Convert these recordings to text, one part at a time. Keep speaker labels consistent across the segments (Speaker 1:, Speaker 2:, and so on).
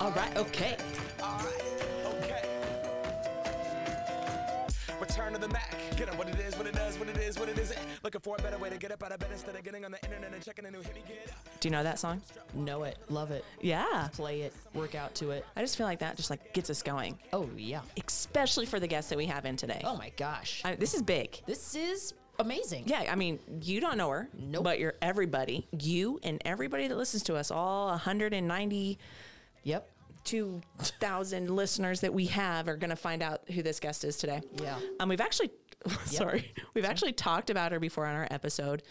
Speaker 1: All right, okay.
Speaker 2: Alright, okay. Return to the Mac. Get up what it is, what it does, what it is, what it isn't. Looking for a better way to get up out of bed instead of getting on the internet and checking a new hit me get up.
Speaker 3: Do you know that song?
Speaker 1: Know it, love it,
Speaker 3: Yeah.
Speaker 1: play it, work out to it.
Speaker 3: I just feel like that just like gets us going,
Speaker 1: Oh, yeah.
Speaker 3: especially for the guests that we have in today.
Speaker 1: Oh, my gosh.
Speaker 3: I, this is big.
Speaker 1: this is amazing.
Speaker 3: Yeah, I mean, you don't know her,
Speaker 1: Nope.
Speaker 3: but you're everybody, you and everybody that listens to us, all 192,000
Speaker 1: Yep.
Speaker 3: listeners that we have are going to find out who this guest is today.
Speaker 1: Yeah.
Speaker 3: Um, we've actually, sorry, we've actually talked about her before on our episode,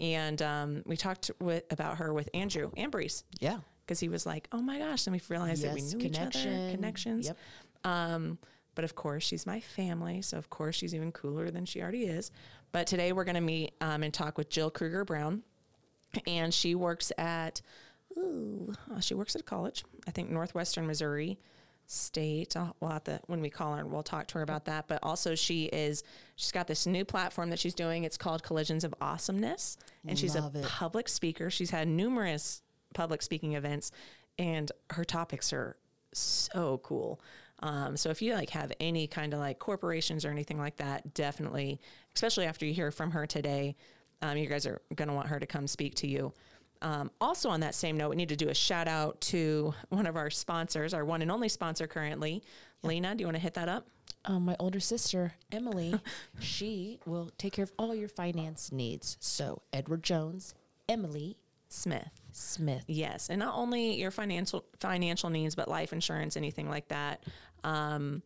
Speaker 3: and um, we talked with, about her with Andrew Ambrees.
Speaker 1: Yeah.
Speaker 3: Because he was like, oh my gosh. Then we realized that we
Speaker 1: Yes,
Speaker 3: knew each
Speaker 1: connection.
Speaker 3: other, connections.
Speaker 1: Yep.
Speaker 3: Um, but of course, she's my family. So, of course, she's even cooler than she already is. But today we're going to meet um, and talk with Jill Kruger Brown. And she works at, ooh, uh, she works at a college, I think Northwestern Missouri State. I'll- We'll have to, when we call her, we'll talk to her about that. But also, she is, she's got this new platform that she's doing. It's called Collisions of Awesomeness. And she's
Speaker 1: Love
Speaker 3: a
Speaker 1: it.
Speaker 3: public speaker. She's had numerous public speaking events, and her topics are so cool. Um, so if you like have any kind of like corporations or anything like that, definitely, especially after you hear from her today, um, you guys are going to want her to come speak to you. Um, also, on that same note, we need to do a shout out to one of our sponsors, our one and only sponsor currently. Lena, do you want to hit that up?
Speaker 1: Um, my older sister, Emily, she will take care of all your finance needs. So, Edward Jones, Emily
Speaker 3: Smith.
Speaker 1: Smith.
Speaker 3: Yes, and not only your financial financial needs, but life insurance, anything like that. Um,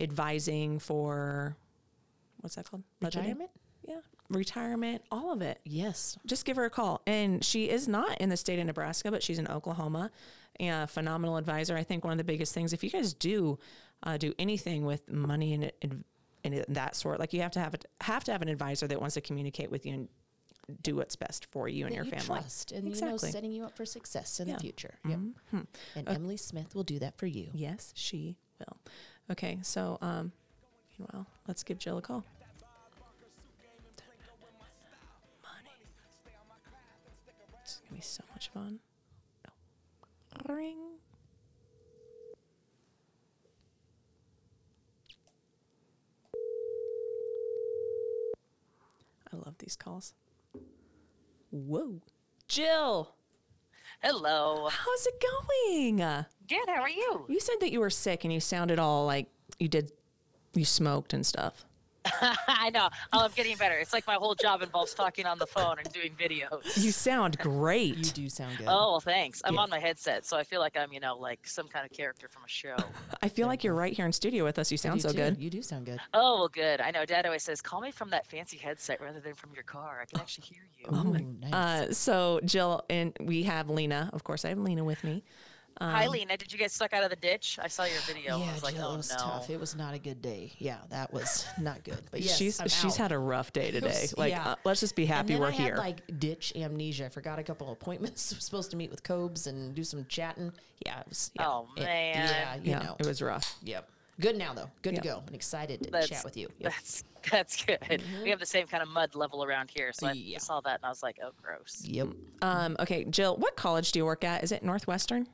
Speaker 3: advising for what's that called? Budgeting?
Speaker 1: Retirement?
Speaker 3: Yeah, retirement, all of it.
Speaker 1: Yes.
Speaker 3: Just give her a call, and she is not in the state of Nebraska, but she's in Oklahoma. A phenomenal advisor. I think one of the biggest things, if you guys do uh, do anything with money and and and that sort, like you have to have a, have to have an advisor that wants to communicate with you and do what's best for you and
Speaker 1: that
Speaker 3: your
Speaker 1: you
Speaker 3: family.
Speaker 1: trust and you know setting you up for success in
Speaker 3: Yeah. Mm-hmm.
Speaker 1: the future. Yep. And Emily Smith will do that for you.
Speaker 3: Yes, she will. Okay, so um, meanwhile, let's give Jill a call. Money. It's gonna be so much fun. No. Ring. I love these calls. Whoa, Jill,
Speaker 4: Hello.
Speaker 3: how's it going?
Speaker 4: Good. How are you?
Speaker 3: You said that you were sick and you sounded all like you did, you smoked and stuff.
Speaker 4: I know. Oh, I'm getting better. It's like my whole job involves talking on the phone and doing videos.
Speaker 3: You sound
Speaker 1: You
Speaker 3: great.
Speaker 1: do sound good.
Speaker 4: Oh, well, thanks. I'm
Speaker 3: Yeah.
Speaker 4: on my headset, so I feel like I'm, you know, like some kind of character from a show.
Speaker 3: I feel like you're right here in studio with us. You
Speaker 1: You
Speaker 3: sound so
Speaker 1: do.
Speaker 3: good.
Speaker 1: You do sound good.
Speaker 4: oh, well, good. I know. Dad always says, call me from that fancy headset rather than from your car. I can actually hear you.
Speaker 1: Ooh, nice.
Speaker 3: Uh, so Jill and we have Lena. Of course, I have Lena with me.
Speaker 4: Hi, Lena. Did you get stuck out of the ditch? I saw your video. I
Speaker 1: yeah,
Speaker 4: was like,
Speaker 1: Jill,
Speaker 4: oh,
Speaker 1: it was
Speaker 4: no.
Speaker 1: tough. It was not a good day. Yeah, that was not good. But yes,
Speaker 3: she's
Speaker 1: I'm
Speaker 3: she's
Speaker 1: out.
Speaker 3: had a rough day today. Like,
Speaker 1: Yeah.
Speaker 3: uh, let's just be
Speaker 1: and
Speaker 3: happy
Speaker 1: then
Speaker 3: we're
Speaker 1: I
Speaker 3: here.
Speaker 1: Had, like ditch amnesia. I forgot a couple appointments. I was supposed to meet with Cobes and do some chatting. Yeah. It was, yeah.
Speaker 4: Oh,
Speaker 1: It-
Speaker 4: man.
Speaker 1: yeah. You
Speaker 3: yeah,
Speaker 1: know.
Speaker 3: it was rough.
Speaker 1: Yep. Good now though. Good
Speaker 3: Yeah.
Speaker 1: to go. I'm excited to
Speaker 4: That's-
Speaker 1: chat with you. Yep. Mm-hmm.
Speaker 4: That's that's good. We have the same kind of mud level around here, so I
Speaker 1: Yeah.
Speaker 4: saw that and I was like, "Oh, gross."
Speaker 1: Yep.
Speaker 3: Um, okay, Jill, what college do you work at? Is it Northwestern?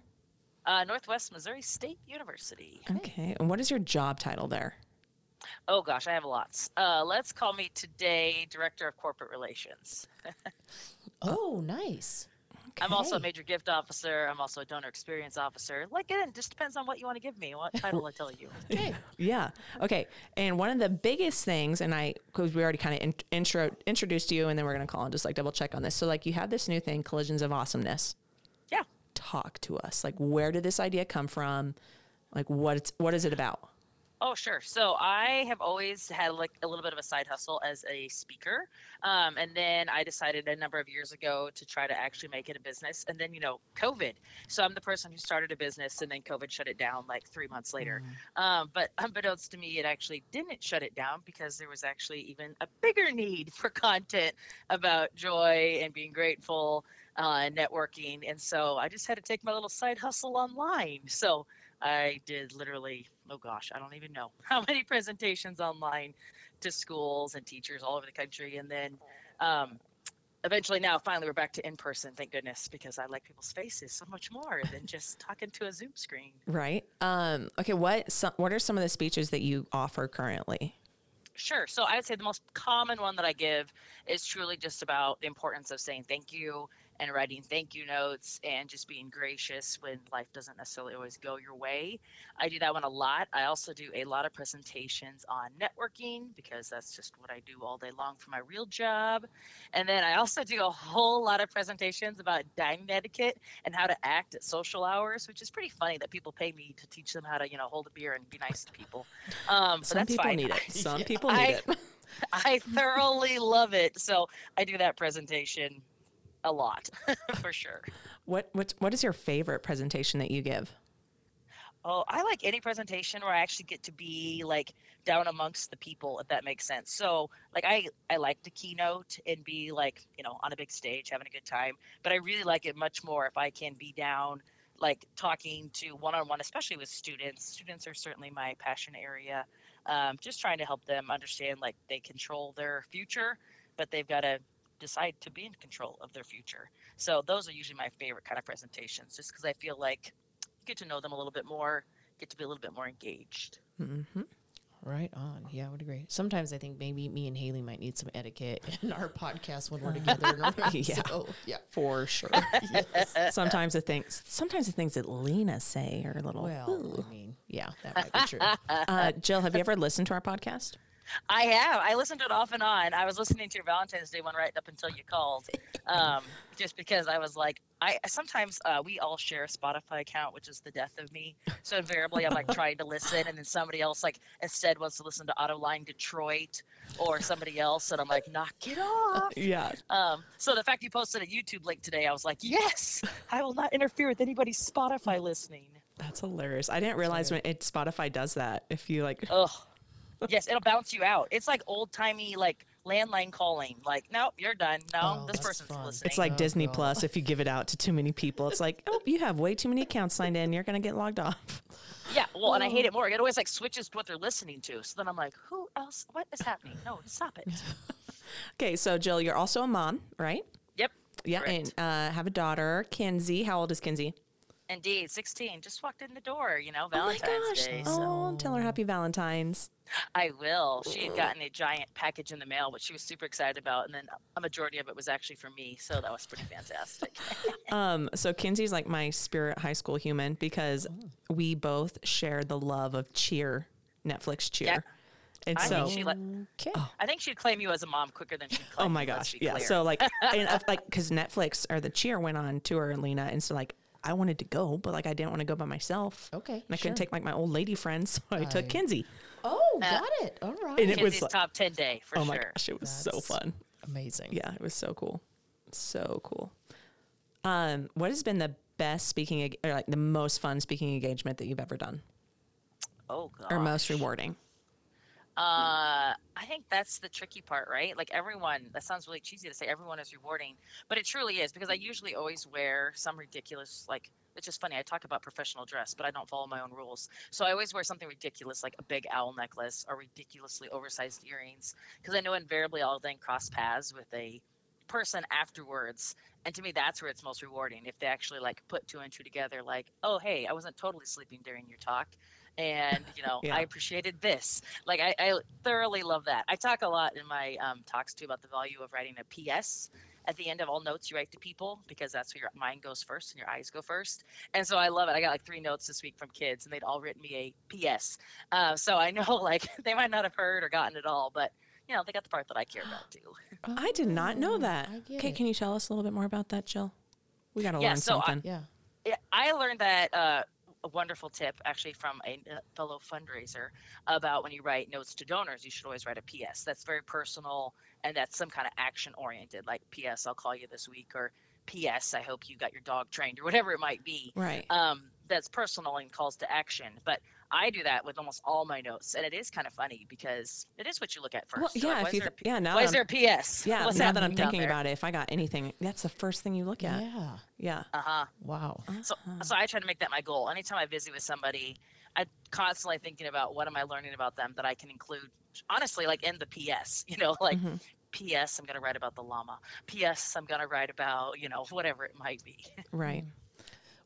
Speaker 4: Uh, Northwest Missouri State University.
Speaker 3: Okay, and what is your job title there?
Speaker 4: Oh gosh, I have lots. Uh, let's call me today Director of Corporate Relations.
Speaker 1: Oh, nice.
Speaker 4: I'm also a
Speaker 1: Okay.
Speaker 4: major gift officer. I'm also a donor experience officer. Like again, just depends on what you want to give me, what title I tell you.
Speaker 1: Okay.
Speaker 3: Yeah. Okay. And one of the biggest things, and I, because we already kind of in, intro introduced you, and then we're gonna call and just like double check on this. So like, you have this new thing, collisions of awesomeness.
Speaker 4: Yeah.
Speaker 3: Talk to us. Like, where did this idea come from? Like, what's what is it about?
Speaker 4: Oh, sure. So I have always had like a little bit of a side hustle as a speaker. Um, and then I decided a number of years ago to try to actually make it a business. And then, you know, COVID. So I'm the person who started a business and then COVID shut it down like three months later. Um, but unbeknownst to me, it actually didn't shut it down because there was actually even a bigger need for content about joy and being grateful uh, and networking. And so I just had to take my little side hustle online. So I did literally, oh gosh, I don't even know how many presentations online to schools and teachers all over the country. And then um, eventually now finally we're back to in person thank goodness because i like people's faces so much more than just talking to a zoom screen
Speaker 3: Right. Um, okay. What some, What are some of the speeches that you offer currently?
Speaker 4: Sure. So I would say the most common one that I give is truly just about the importance of saying thank you and writing thank you notes and just being gracious when life doesn't necessarily always go your way. I do that one a lot. I also do a lot of presentations on networking because that's just what I do all day long for my real job. And then I also do a whole lot of presentations about dining etiquette and how to act at social hours, which is pretty funny that people pay me to teach them how to, you know, hold a beer and be nice to people. Um, but
Speaker 3: Some
Speaker 4: that's
Speaker 3: people
Speaker 4: fine.
Speaker 3: need it. Some people need
Speaker 4: I-
Speaker 3: it.
Speaker 4: I thoroughly love it. So I do that presentation a lot for sure.
Speaker 3: What What What is your favorite presentation that you give?
Speaker 4: Oh, I like any presentation where I actually get to be like down amongst the people, if that makes sense. So, like, I I like to keynote and be like, you know, on a big stage having a good time. But I really like it much more if I can be down, like talking to one on one, especially with students. Students are certainly my passion area. Um, just trying to help them understand like they control their future, but they've got to decide to be in control of their future. So those are usually my favorite kind of presentations, just because I feel like get to know them a little bit more, get to be a little bit more engaged.
Speaker 3: Mm-hmm.
Speaker 1: Right on. Yeah, I would agree. Sometimes I think maybe me and Haley might need some etiquette in our podcast when we're together. in a room.
Speaker 3: Yeah.
Speaker 1: So, yeah.
Speaker 3: For sure.
Speaker 4: Uh,
Speaker 3: Sometimes the things. Sometimes the things that Lena say are a little.
Speaker 1: Well, I mean, yeah, that might be true.
Speaker 3: Uh, Jill, have you ever listened to our podcast?
Speaker 4: I have. I listened to it off and on. I was listening to your Valentine's Day one right up until you called, um, just because I was like, I sometimes uh, we all share a Spotify account, which is the death of me. So invariably, I'm like trying to listen, and then somebody else like instead wants to listen to Autoline Detroit or somebody else, and I'm like, knock it off.
Speaker 3: Yeah.
Speaker 4: Um, so the fact you posted a YouTube link today, I was like, yes, I will not interfere with anybody's Spotify listening.
Speaker 3: That's hilarious. I didn't realize when it Spotify does that. If you like,
Speaker 4: Ugh. Yes, it'll bounce you out. It's like old timey, like landline calling. Like, nope, you're done. No,
Speaker 1: Oh,
Speaker 4: this
Speaker 1: that's
Speaker 4: person's
Speaker 1: fun.
Speaker 4: listening.
Speaker 3: it's like
Speaker 1: Oh,
Speaker 3: Disney
Speaker 1: God.
Speaker 3: Plus. If you give it out to too many people, it's like, oh, you have way too many accounts signed in. You're gonna get logged off.
Speaker 4: yeah. Well, and I hate it more. It always like switches what they're listening to. So then I'm like, who else? What is happening? No, stop it.
Speaker 3: Okay, so Jill, you're also a mom, right?
Speaker 4: Yep.
Speaker 3: Yeah,
Speaker 4: Correct.
Speaker 3: and uh, have a daughter, Kinsey. How old is Kinsey?
Speaker 4: Indeed, 16 just walked in the door. You know, Valentine's Day. so-
Speaker 3: Oh, tell her happy Valentine's.
Speaker 4: I will. She had gotten a giant package in the mail, which she was super excited about, and then a majority of it was actually for me. So that was pretty fantastic.
Speaker 3: Um, so Kinsey's like my spirit high school human because
Speaker 4: Oh.
Speaker 3: we both share the love of Cheer, Netflix Cheer, and
Speaker 4: I
Speaker 3: so
Speaker 4: think she like.
Speaker 1: Okay.
Speaker 4: I think she'd claim you as a mom quicker than she'd claim.
Speaker 3: Oh my
Speaker 4: you, let's
Speaker 3: gosh.
Speaker 4: be
Speaker 3: Yeah.
Speaker 4: clear.
Speaker 3: So like, and I, like, cause Netflix or the cheer went on tour and Lena. And so like, I wanted to go, but like, I didn't want to go by myself.
Speaker 1: Okay,
Speaker 3: And I couldn't
Speaker 1: sure.
Speaker 3: take like my old lady friends. So I took
Speaker 1: I-
Speaker 3: Kinsey.
Speaker 1: Oh, got it. All right.
Speaker 3: And it was
Speaker 4: Kinsey's
Speaker 3: like,
Speaker 4: top 10 day for
Speaker 3: oh
Speaker 4: sure.
Speaker 3: my gosh, it was so
Speaker 1: That's-
Speaker 3: fun.
Speaker 1: Amazing.
Speaker 3: Yeah. It was so cool. So cool. Um, what has been the best speaking eng- or like the most fun speaking engagement that you've ever done
Speaker 4: Oh god.
Speaker 3: or most rewarding?
Speaker 4: Uh, I think that's the tricky part, right? Like everyone, that sounds really cheesy to say everyone is rewarding, but it truly is because I usually always wear some ridiculous, like, it's just funny. I talk about professional dress, but I don't follow my own rules. So I always wear something ridiculous, like a big owl necklace or ridiculously oversized earrings, because I know invariably I'll then cross paths with a person afterwards. And to me, that's where it's most rewarding if they actually like put two and two together, like, oh, hey, I wasn't totally sleeping during your talk. And, you know,
Speaker 3: Yeah.
Speaker 4: I appreciated this. Like, I, I thoroughly love that. I talk a lot in my um, talks too about the value of writing a PS. At the end of all notes you write to people because that's where your mind goes first and your eyes go first. And so I love it. I got like three notes this week from kids and they'd all written me a PS. Uh, so I know like they might not have heard or gotten it all, but you know, they got the part that I care about too.
Speaker 3: I did not
Speaker 4: Oh,
Speaker 3: know that.
Speaker 1: Oh, I get
Speaker 3: Okay.
Speaker 1: it.
Speaker 3: Can you tell us a little bit more about that, Jill? We got to
Speaker 4: Yeah,
Speaker 3: learn
Speaker 4: so I-
Speaker 3: something.
Speaker 1: Yeah.
Speaker 4: Yeah, I learned that uh, a wonderful tip actually from a uh, fellow fundraiser about when you write notes to donors, you should always write a PS. That's very personal and that's some kind of action oriented, like PS, I'll call you this week, or PS, I hope you got your dog trained, or whatever it might be.
Speaker 3: Right.
Speaker 4: Um, that's personal and calls to action. But I do that with almost all my notes, and it is kind of funny because it is what you look at first.
Speaker 3: Well,
Speaker 4: You're like,
Speaker 3: yeah, if
Speaker 4: why is
Speaker 3: you
Speaker 4: there a
Speaker 3: th-
Speaker 4: P-
Speaker 3: yeah, now
Speaker 4: why
Speaker 3: that
Speaker 4: is there a PS?
Speaker 3: Yeah,
Speaker 4: What's
Speaker 3: now that I'm
Speaker 4: happening down
Speaker 3: thinking
Speaker 4: there?
Speaker 3: about it, if I got anything, that's the first thing you look
Speaker 1: Yeah.
Speaker 3: at. Yeah.
Speaker 4: Uh-huh.
Speaker 1: Wow.
Speaker 4: So, so I try to make that my goal. Anytime I visit with somebody, I'm constantly thinking about what am I learning about them that I can include, honestly, like in the PS, you know, like P.S. I'm going to write about the llama. P.S. I'm going to write about, you know, whatever it might be.
Speaker 3: Right.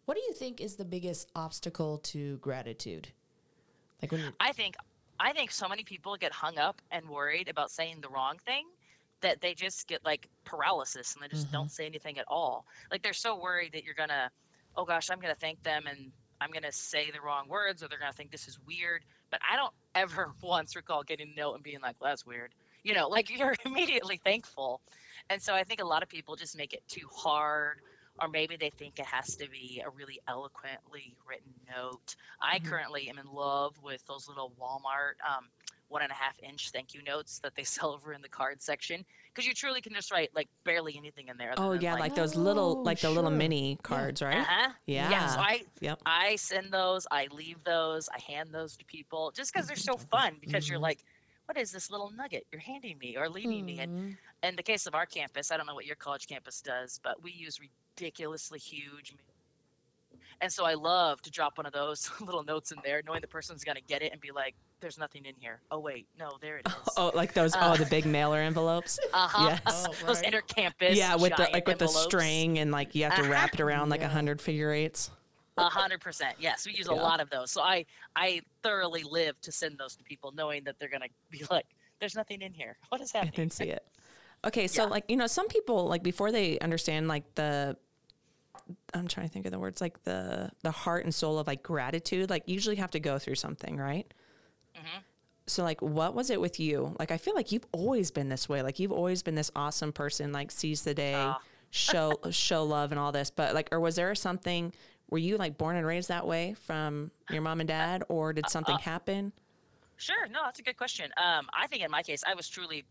Speaker 1: What do you think is the biggest obstacle to gratitude? Like when you-
Speaker 4: I think I think so many people get hung up and worried about saying the wrong thing that they just get like paralysis and they just don't say anything at all. Like they're so worried that you're gonna, oh gosh, I'm gonna thank them and I'm gonna say the wrong words or they're gonna think this is weird. But I don't ever once recall getting a note and being like, well, that's weird. You know, like you're immediately thankful. And so I think a lot of people just make it too hard or maybe they think it has to be a really eloquently written note. I
Speaker 3: Mm-hmm.
Speaker 4: currently am in love with those little Walmart um, one and a half inch thank you notes that they sell over in the card section because you truly can just write like barely anything in there. other
Speaker 3: Oh
Speaker 4: than,
Speaker 3: yeah, like, those little,
Speaker 1: Oh,
Speaker 3: like the little
Speaker 1: sure.
Speaker 3: mini cards, right?
Speaker 4: Uh-huh.
Speaker 3: Yeah.
Speaker 4: Yeah. So I
Speaker 3: Yep.
Speaker 4: I send those. I leave those. I hand those to people just because they're so fun. Because
Speaker 3: Mm-hmm.
Speaker 4: you're like, what is this little nugget you're handing me or leaving me? And
Speaker 1: Mhm.
Speaker 3: Mm.
Speaker 4: in the case of our campus, I don't know what your college campus does, but we use ridiculously huge. ma- And so I love to drop one of those little notes in there, knowing the person's going to get it and be like, there's nothing in here. Oh, wait, no, there it is.
Speaker 3: Oh, like those.
Speaker 4: Uh,
Speaker 3: oh, the big mailer envelopes.
Speaker 4: uh-huh.
Speaker 3: yes.
Speaker 1: Oh,
Speaker 4: Those
Speaker 1: right.
Speaker 4: inner campus.
Speaker 3: yeah, with the
Speaker 4: giant
Speaker 3: like with the
Speaker 4: envelopes.
Speaker 3: string and like you have to
Speaker 4: Uh-huh.
Speaker 3: wrap it around like a
Speaker 1: Yeah.
Speaker 3: hundred figure eights.
Speaker 4: A hundred percent. Yes, we use a
Speaker 3: Yeah.
Speaker 4: lot of those. So I I thoroughly live to send those to people, knowing that they're gonna be like, "There's nothing in here. What is
Speaker 3: I
Speaker 4: happening?"
Speaker 3: didn't see it. Okay, so
Speaker 4: Yeah.
Speaker 3: like you know, some people like before they understand like the I'm trying to think of the words like the the heart and soul of like gratitude, like usually have to go through something, right? So like what was it with you? Like I feel like you've always been this way. Like you've always been this awesome person, like seize the day, show show love and all this. But like or was there something were you like born and raised that way from your mom and dad or did something happen?
Speaker 4: Sure. No, that's a good question. Um, I think in my case, I was truly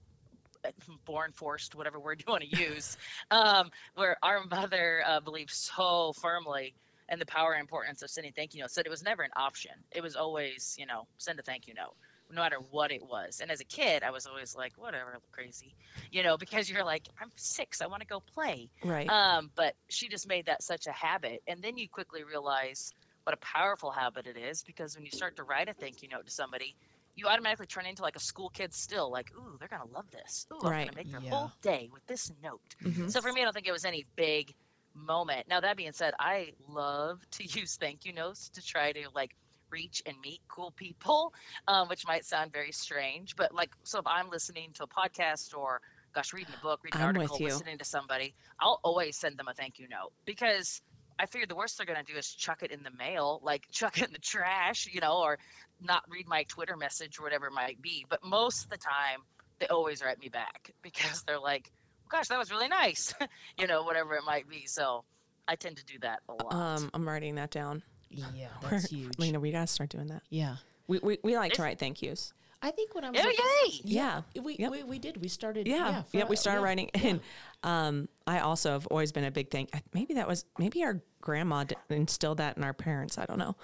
Speaker 4: uh, born forced, whatever word you want to use, um, where our mother uh, believed so firmly in the power and importance of sending thank you notes that it was never an option. It was always, you know, send a thank you note, no matter what it was. And as a kid, I was always like, whatever, crazy, you know, because you're like, I'm six, I want to go play.
Speaker 3: Right.
Speaker 4: Um, but she just made that such a habit. And then you quickly realize what a powerful habit it is because when you start to write a thank you note to somebody, you automatically turn into like a school kid still, like, ooh, they're going to love this. Ooh, I'm going
Speaker 3: Right.
Speaker 4: to make their
Speaker 1: Yeah.
Speaker 4: whole day with this note.
Speaker 3: Mhm.
Speaker 4: So for me, I don't think it was any big moment. Now, that being said, I love to use thank you notes to try to like reach and meet cool people, um, which might sound very strange. But like, so if I'm listening to a podcast or, gosh, reading a book, reading an
Speaker 3: I'm with
Speaker 4: article,
Speaker 3: you.
Speaker 4: listening to somebody, I'll always send them a thank you note because I figured the worst they're going to do is chuck it in the mail, like chuck it in the trash, you know, or not read my Twitter message or whatever it might be. But most of the time, they always write me back because they're like, "Oh gosh, that was really nice, you know, whatever it might be. So I tend to do that a lot.
Speaker 3: Um, I'm writing that down.
Speaker 1: Yeah, that's huge.
Speaker 3: Lena, we gotta start doing that.
Speaker 1: Yeah.
Speaker 3: We, we, we like to write thank yous.
Speaker 1: I think when I was
Speaker 4: oh,
Speaker 1: a-
Speaker 4: yay!
Speaker 3: Yeah.
Speaker 1: We,
Speaker 3: Yep.
Speaker 1: we we did. We started.
Speaker 3: Yeah.
Speaker 1: Yeah.
Speaker 3: yeah.
Speaker 1: fr-
Speaker 3: We started
Speaker 1: yeah.
Speaker 3: writing. And um, I also have always been a big thing. I- Maybe that was, maybe our grandma d- instilled that in our parents. I don't know.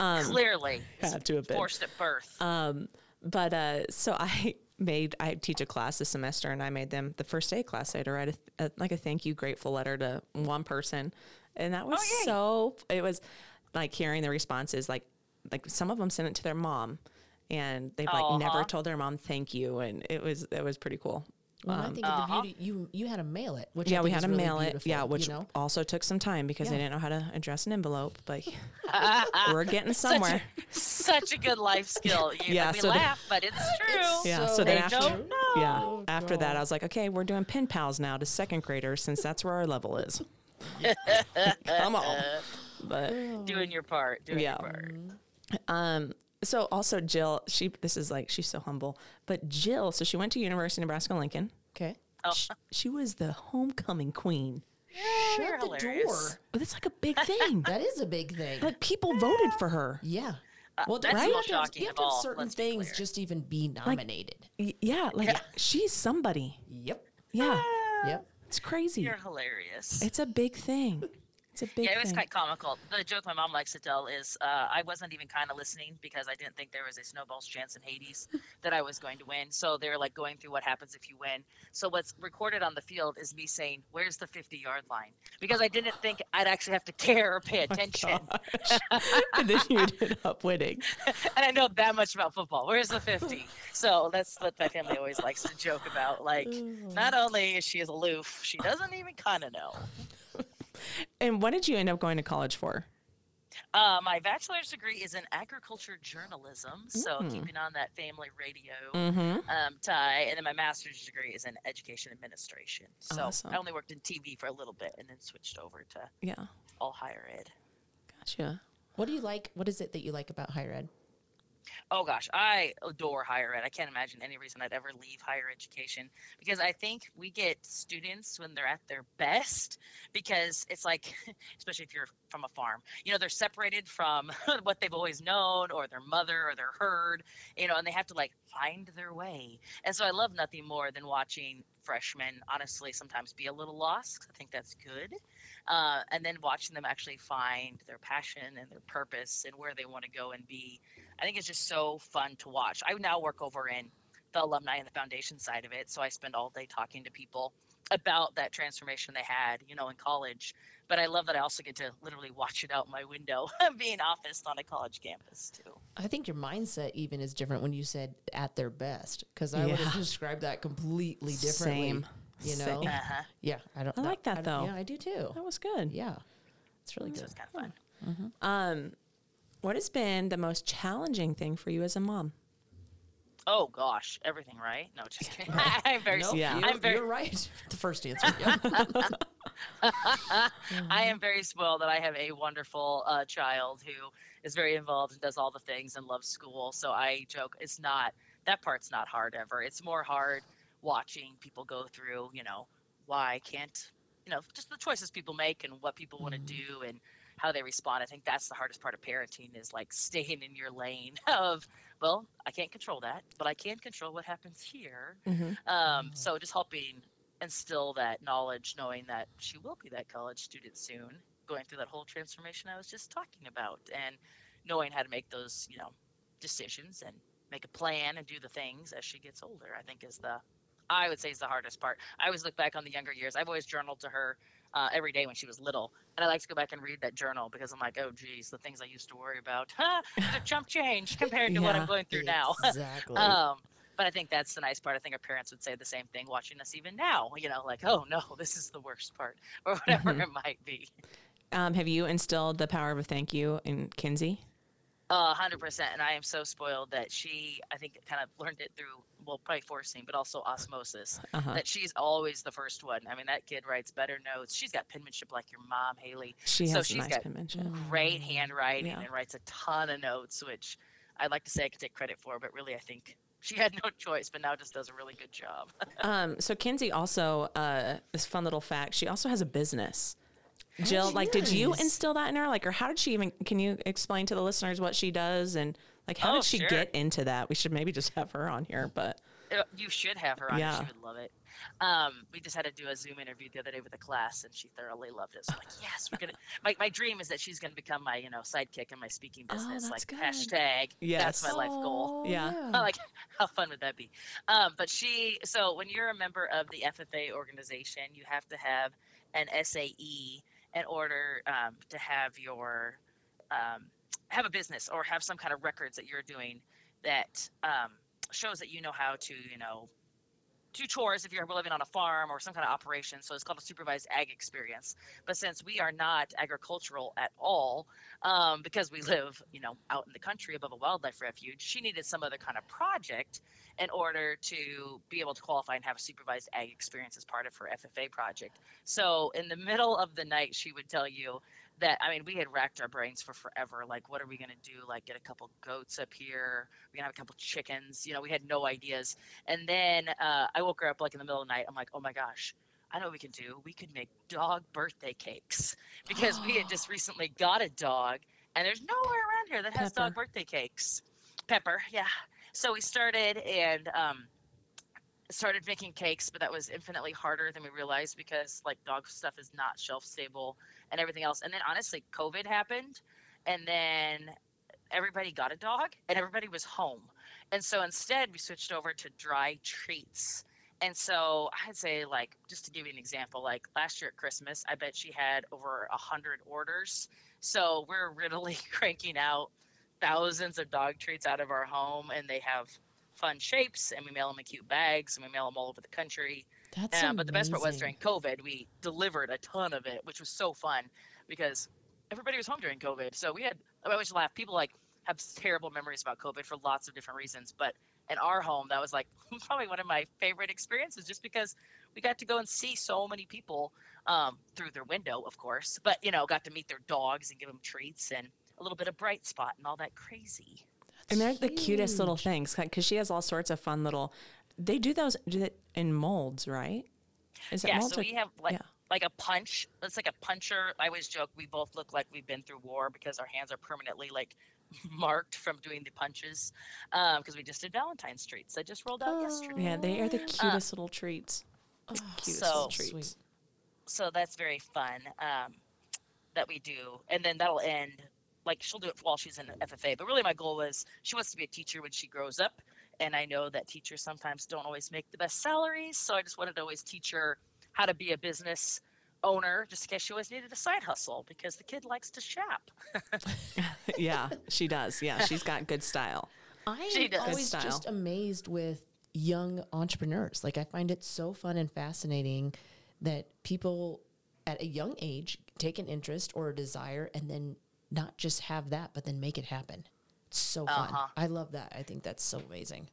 Speaker 3: Um,
Speaker 4: Clearly, it's
Speaker 3: Had to have been.
Speaker 4: forced at birth.
Speaker 3: Um, But uh, so I made, I teach a class this semester and I made them the first day of class. I had to write a, th- a, like a thank you grateful letter to one person. And that was
Speaker 4: yay.
Speaker 3: so, it was like hearing the responses, like, like some of them sent it to their mom and they've like never
Speaker 4: Aw.
Speaker 3: told their mom thank you. And it was, it was pretty cool.
Speaker 1: When I think of the beauty, you you had to mail it. Which
Speaker 3: um, yeah,
Speaker 1: I
Speaker 3: we
Speaker 1: think
Speaker 3: had
Speaker 1: is
Speaker 3: to
Speaker 1: really
Speaker 3: mail it.
Speaker 1: beautiful,
Speaker 3: Yeah, which
Speaker 1: you know?
Speaker 3: also took some time because they
Speaker 1: Yeah.
Speaker 3: didn't know how to address an envelope. But we're getting somewhere.
Speaker 4: Such a good life skill. You,
Speaker 3: Yeah,
Speaker 4: we
Speaker 3: so the-
Speaker 4: laugh, but it's true.
Speaker 3: yeah. So,
Speaker 1: So
Speaker 3: then
Speaker 4: they
Speaker 3: after,
Speaker 4: don't know.
Speaker 3: yeah,
Speaker 1: Oh,
Speaker 3: after that, I
Speaker 1: God.
Speaker 3: was like, okay, we're doing pen pals now to second graders since that's where our level is. Come on, but
Speaker 4: Doing your part. Doing
Speaker 3: Yeah. Mm-hmm.
Speaker 4: your part.
Speaker 3: Um, so also Jill, she this is like she's so humble, but Jill, so she went to University of Nebraska Lincoln.
Speaker 1: Okay.
Speaker 4: Oh.
Speaker 3: She, she was the homecoming queen.
Speaker 1: Shut the
Speaker 4: hilarious.
Speaker 1: door.
Speaker 3: That's like a big thing.
Speaker 1: That is a big thing.
Speaker 3: like people voted for her.
Speaker 1: yeah.
Speaker 4: Well, Uh, that's
Speaker 1: Right? You
Speaker 4: the
Speaker 1: have
Speaker 4: most
Speaker 1: to have-
Speaker 4: shocking
Speaker 1: you have
Speaker 4: of
Speaker 1: to have
Speaker 4: all.
Speaker 1: certain
Speaker 4: let's be
Speaker 1: things
Speaker 4: clear.
Speaker 1: just to even be nominated.
Speaker 3: Y- Yeah, like
Speaker 4: Yeah. Ah.
Speaker 3: she's somebody.
Speaker 1: yep.
Speaker 3: Yeah,
Speaker 1: Yep.
Speaker 3: it's crazy.
Speaker 4: You're hilarious.
Speaker 3: It's a big thing. It's a big
Speaker 4: yeah, it was
Speaker 3: thing.
Speaker 4: quite comical. The joke my mom likes to tell is uh, I wasn't even kind of listening because I didn't think there was a snowball's chance in Hades that I was going to win. So they were like going through what happens if you win. So what's recorded on the field is me saying, "Where's the 50-yard line?" Because I didn't think I'd actually have to care or pay attention,
Speaker 3: Oh Gosh. and then you ended up winning.
Speaker 4: and I know that much about football. Where's the 50? so that's what my family always likes to joke about. Like,
Speaker 3: Oh.
Speaker 4: not only is she aloof, she doesn't even kind of know.
Speaker 3: And what did you end up going to college for?
Speaker 4: Uh, my bachelor's degree is in agriculture journalism, so keeping on that family radio
Speaker 3: Hmm. Mm-hmm.
Speaker 4: um, tie. And then my master's degree is in education administration. So
Speaker 3: Awesome.
Speaker 4: I only worked in TV for a little bit and then switched over to
Speaker 3: Yeah.
Speaker 4: all higher ed.
Speaker 3: Gotcha.
Speaker 1: What do you like? What is it that you like about higher ed?
Speaker 4: Oh gosh, I adore higher ed. I can't imagine any reason I'd ever leave higher education because I think we get students when they're at their best because it's like, especially if you're from a farm, you know, they're separated from what they've always known or their mother or their herd, you know, and they have to like find their way. And so I love nothing more than watching freshmen honestly sometimes be a little lost. 'cause I think that's good uh, and then watching them actually find their passion and their purpose and where they want to go and be. I think it's just so fun to watch. I now work over in the alumni and the foundation side of it, so I spend all day talking to people about that transformation they had, you know, in college. But I love that I also get to literally watch it out my window, being officed on a college campus too.
Speaker 1: I think your mindset even is different when you said at their best, because I would have
Speaker 3: Yeah.
Speaker 1: described that completely differently.
Speaker 3: Same.
Speaker 1: You know?
Speaker 3: Same.
Speaker 4: Uh-huh.
Speaker 1: Yeah. I don't
Speaker 3: I like
Speaker 1: don't-
Speaker 3: that, though.
Speaker 1: Yeah, I do too.
Speaker 3: That was good.
Speaker 1: Yeah.
Speaker 3: It's really
Speaker 4: So
Speaker 3: good.
Speaker 4: it's kind of fun.
Speaker 3: Um, what has been the most challenging thing for you as a mom?
Speaker 4: Oh gosh, everything right? No, just kidding. I'm very,
Speaker 1: Nope,
Speaker 3: Yeah.
Speaker 1: You're,
Speaker 4: I'm very
Speaker 1: you're right. The first answer. Yeah.
Speaker 4: I am very spoiled that I have a wonderful uh, child who is very involved and does all the things and loves school. So I joke, it's not that part's not hard ever. It's more hard watching people go through, you know, why can't, you know, just the choices people make and what people want to do and how they respond. I think that's the hardest part of parenting is like staying in your lane of, well, I can't control that, but I can control what happens here.
Speaker 3: Mm-hmm.
Speaker 4: Um, so just helping instill that knowledge, knowing that she will be that college student soon, going through that whole transformation I was just talking about, and knowing how to make those, you know, decisions and make a plan and do the things as she gets older, I think is the, I would say is the hardest part. I always look back on the younger years. I've always journaled to her uh, every day when she was little, and I like to go back and read that journal because I'm like, oh geez, the things I used to worry about, huh, the jump change compared to what
Speaker 3: Yeah.
Speaker 4: I'm going through now.
Speaker 1: Exactly.
Speaker 4: Um, but I think that's the nice part. I think our parents would say the same thing watching us even now, you know, like, oh no, this is the worst part, or whatever
Speaker 3: Mm-hmm.
Speaker 4: it might be.
Speaker 3: Um, have you instilled the power of a thank you in Kinsey?
Speaker 4: A hundred percent. And I am so spoiled that she, I think, kind of learned it through, well, probably forcing, but also osmosis.
Speaker 3: Uh-huh.
Speaker 4: That she's always the first one. I mean, that kid writes better notes. She's got penmanship like your mom, Haley.
Speaker 3: She
Speaker 4: so
Speaker 3: has
Speaker 4: she's
Speaker 3: nice
Speaker 4: got
Speaker 3: penmanship.
Speaker 4: great handwriting
Speaker 3: Yeah.
Speaker 4: and writes a ton of notes, which I'd like to say I could take credit for, but really, I think she had no choice. But now just does a really good job.
Speaker 3: Um, so Kinsey also, uh, this fun little fact, she also has a business.
Speaker 4: Oh,
Speaker 3: Jill, like, did you
Speaker 1: nice.
Speaker 3: instill that in her? Like, or how did she even? Can you explain to the listeners what she does and like how
Speaker 4: Oh,
Speaker 3: did she
Speaker 4: sure.
Speaker 3: get into that? We should maybe just have her on here, but
Speaker 4: Uh, You should have her on. Yeah.
Speaker 3: Yeah.
Speaker 4: She would love it. Um, we just had to do a Zoom interview the other day with a class, and she thoroughly loved it. So like, yes, we're gonna. My, my dream is that she's gonna become my you know sidekick in my speaking business.
Speaker 3: Oh, that's
Speaker 4: like
Speaker 3: good.
Speaker 4: hashtag.
Speaker 3: Yes.
Speaker 4: That's my life
Speaker 1: Oh,
Speaker 4: goal.
Speaker 3: Yeah.
Speaker 4: like how fun would that be? Um, but she. So when you're a member of the FFA organization, you have to have an SAE in order um, to have your um, have a business or have some kind of records that you're doing that um, shows that you know how to, you know, do chores if you're living on a farm or some kind of operation. So it's called a supervised ag experience. But since we are not agricultural at all, um, because we live, you know, out in the country above a wildlife refuge, she needed some other kind of project in order to be able to qualify and have a supervised ag experience as part of her FFA project. So in the middle of the night, she would tell you that I mean, we had racked our brains for forever. Like, what are we gonna do? Like, get a couple goats up here. We're gonna have a couple chickens. You know, we had no ideas. And then uh, I woke her up like in the middle of the night. I'm like, oh my gosh. I know what we can do. We could make dog birthday cakes because we had just recently got a dog, and there's nowhere around here that has dog birthday cakes. Pepper, yeah. So we started, and um, started making cakes, but that was infinitely harder than we realized because like dog stuff is not shelf stable and everything else. And then honestly, COVID happened, and then everybody got a dog and everybody was home. And so instead, we switched over to dry treats. And so I'd say, like, just to give you an example, like last year at Christmas, I bet she had over a hundred orders. So we're really cranking out thousands of dog treats out of our home, and they have fun shapes, and we mail them in cute bags, and we mail them all over the country.
Speaker 1: That's
Speaker 4: Yeah, but the best part was
Speaker 1: amazing.
Speaker 4: during COVID, we delivered a ton of it, which was so fun because everybody was home during COVID. So we had, I always laugh, people like have terrible memories about COVID for lots of different reasons. But in our home, that was like probably one of my favorite experiences just because we got to go and see so many people um, through their window, of course, but you know, got to meet their dogs and give them treats and a little bit of bright spot and all that crazy.
Speaker 3: And they're the cutest little things because she has all sorts of fun little. They do those do they- in molds, right? Is it
Speaker 4: yeah,
Speaker 3: molds?
Speaker 4: so
Speaker 3: or-
Speaker 4: we have like
Speaker 3: yeah.
Speaker 4: like a punch. It's like a puncher. I always joke we both look like we've been through war because our hands are permanently like marked from doing the punches because we just did Valentine's treats. I just rolled out yesterday,
Speaker 3: yeah, they are the cutest little treats. The
Speaker 4: Oh,
Speaker 3: cutest little
Speaker 4: Uh, so
Speaker 3: treats.
Speaker 1: Sweet.
Speaker 4: so that's very fun um, that we do, and then that'll end. Like she'll do it while she's in FFA, but really my goal was she wants to be a teacher when she grows up, and I know that teachers sometimes don't always make the best salaries, so I just wanted to always teach her how to be a business owner, just in case she always needed a side hustle because the kid likes to shop.
Speaker 3: yeah, she does. Yeah, she's got good style.
Speaker 1: I
Speaker 4: She
Speaker 1: am
Speaker 4: does.
Speaker 1: always
Speaker 3: Good
Speaker 1: just
Speaker 3: style.
Speaker 1: amazed with young entrepreneurs. Like I find it so fun and fascinating that people at a young age take an interest or a desire and then not just have that, but then make it happen. It's so fun.
Speaker 4: Uh-huh.
Speaker 1: I love that. I think that's so amazing.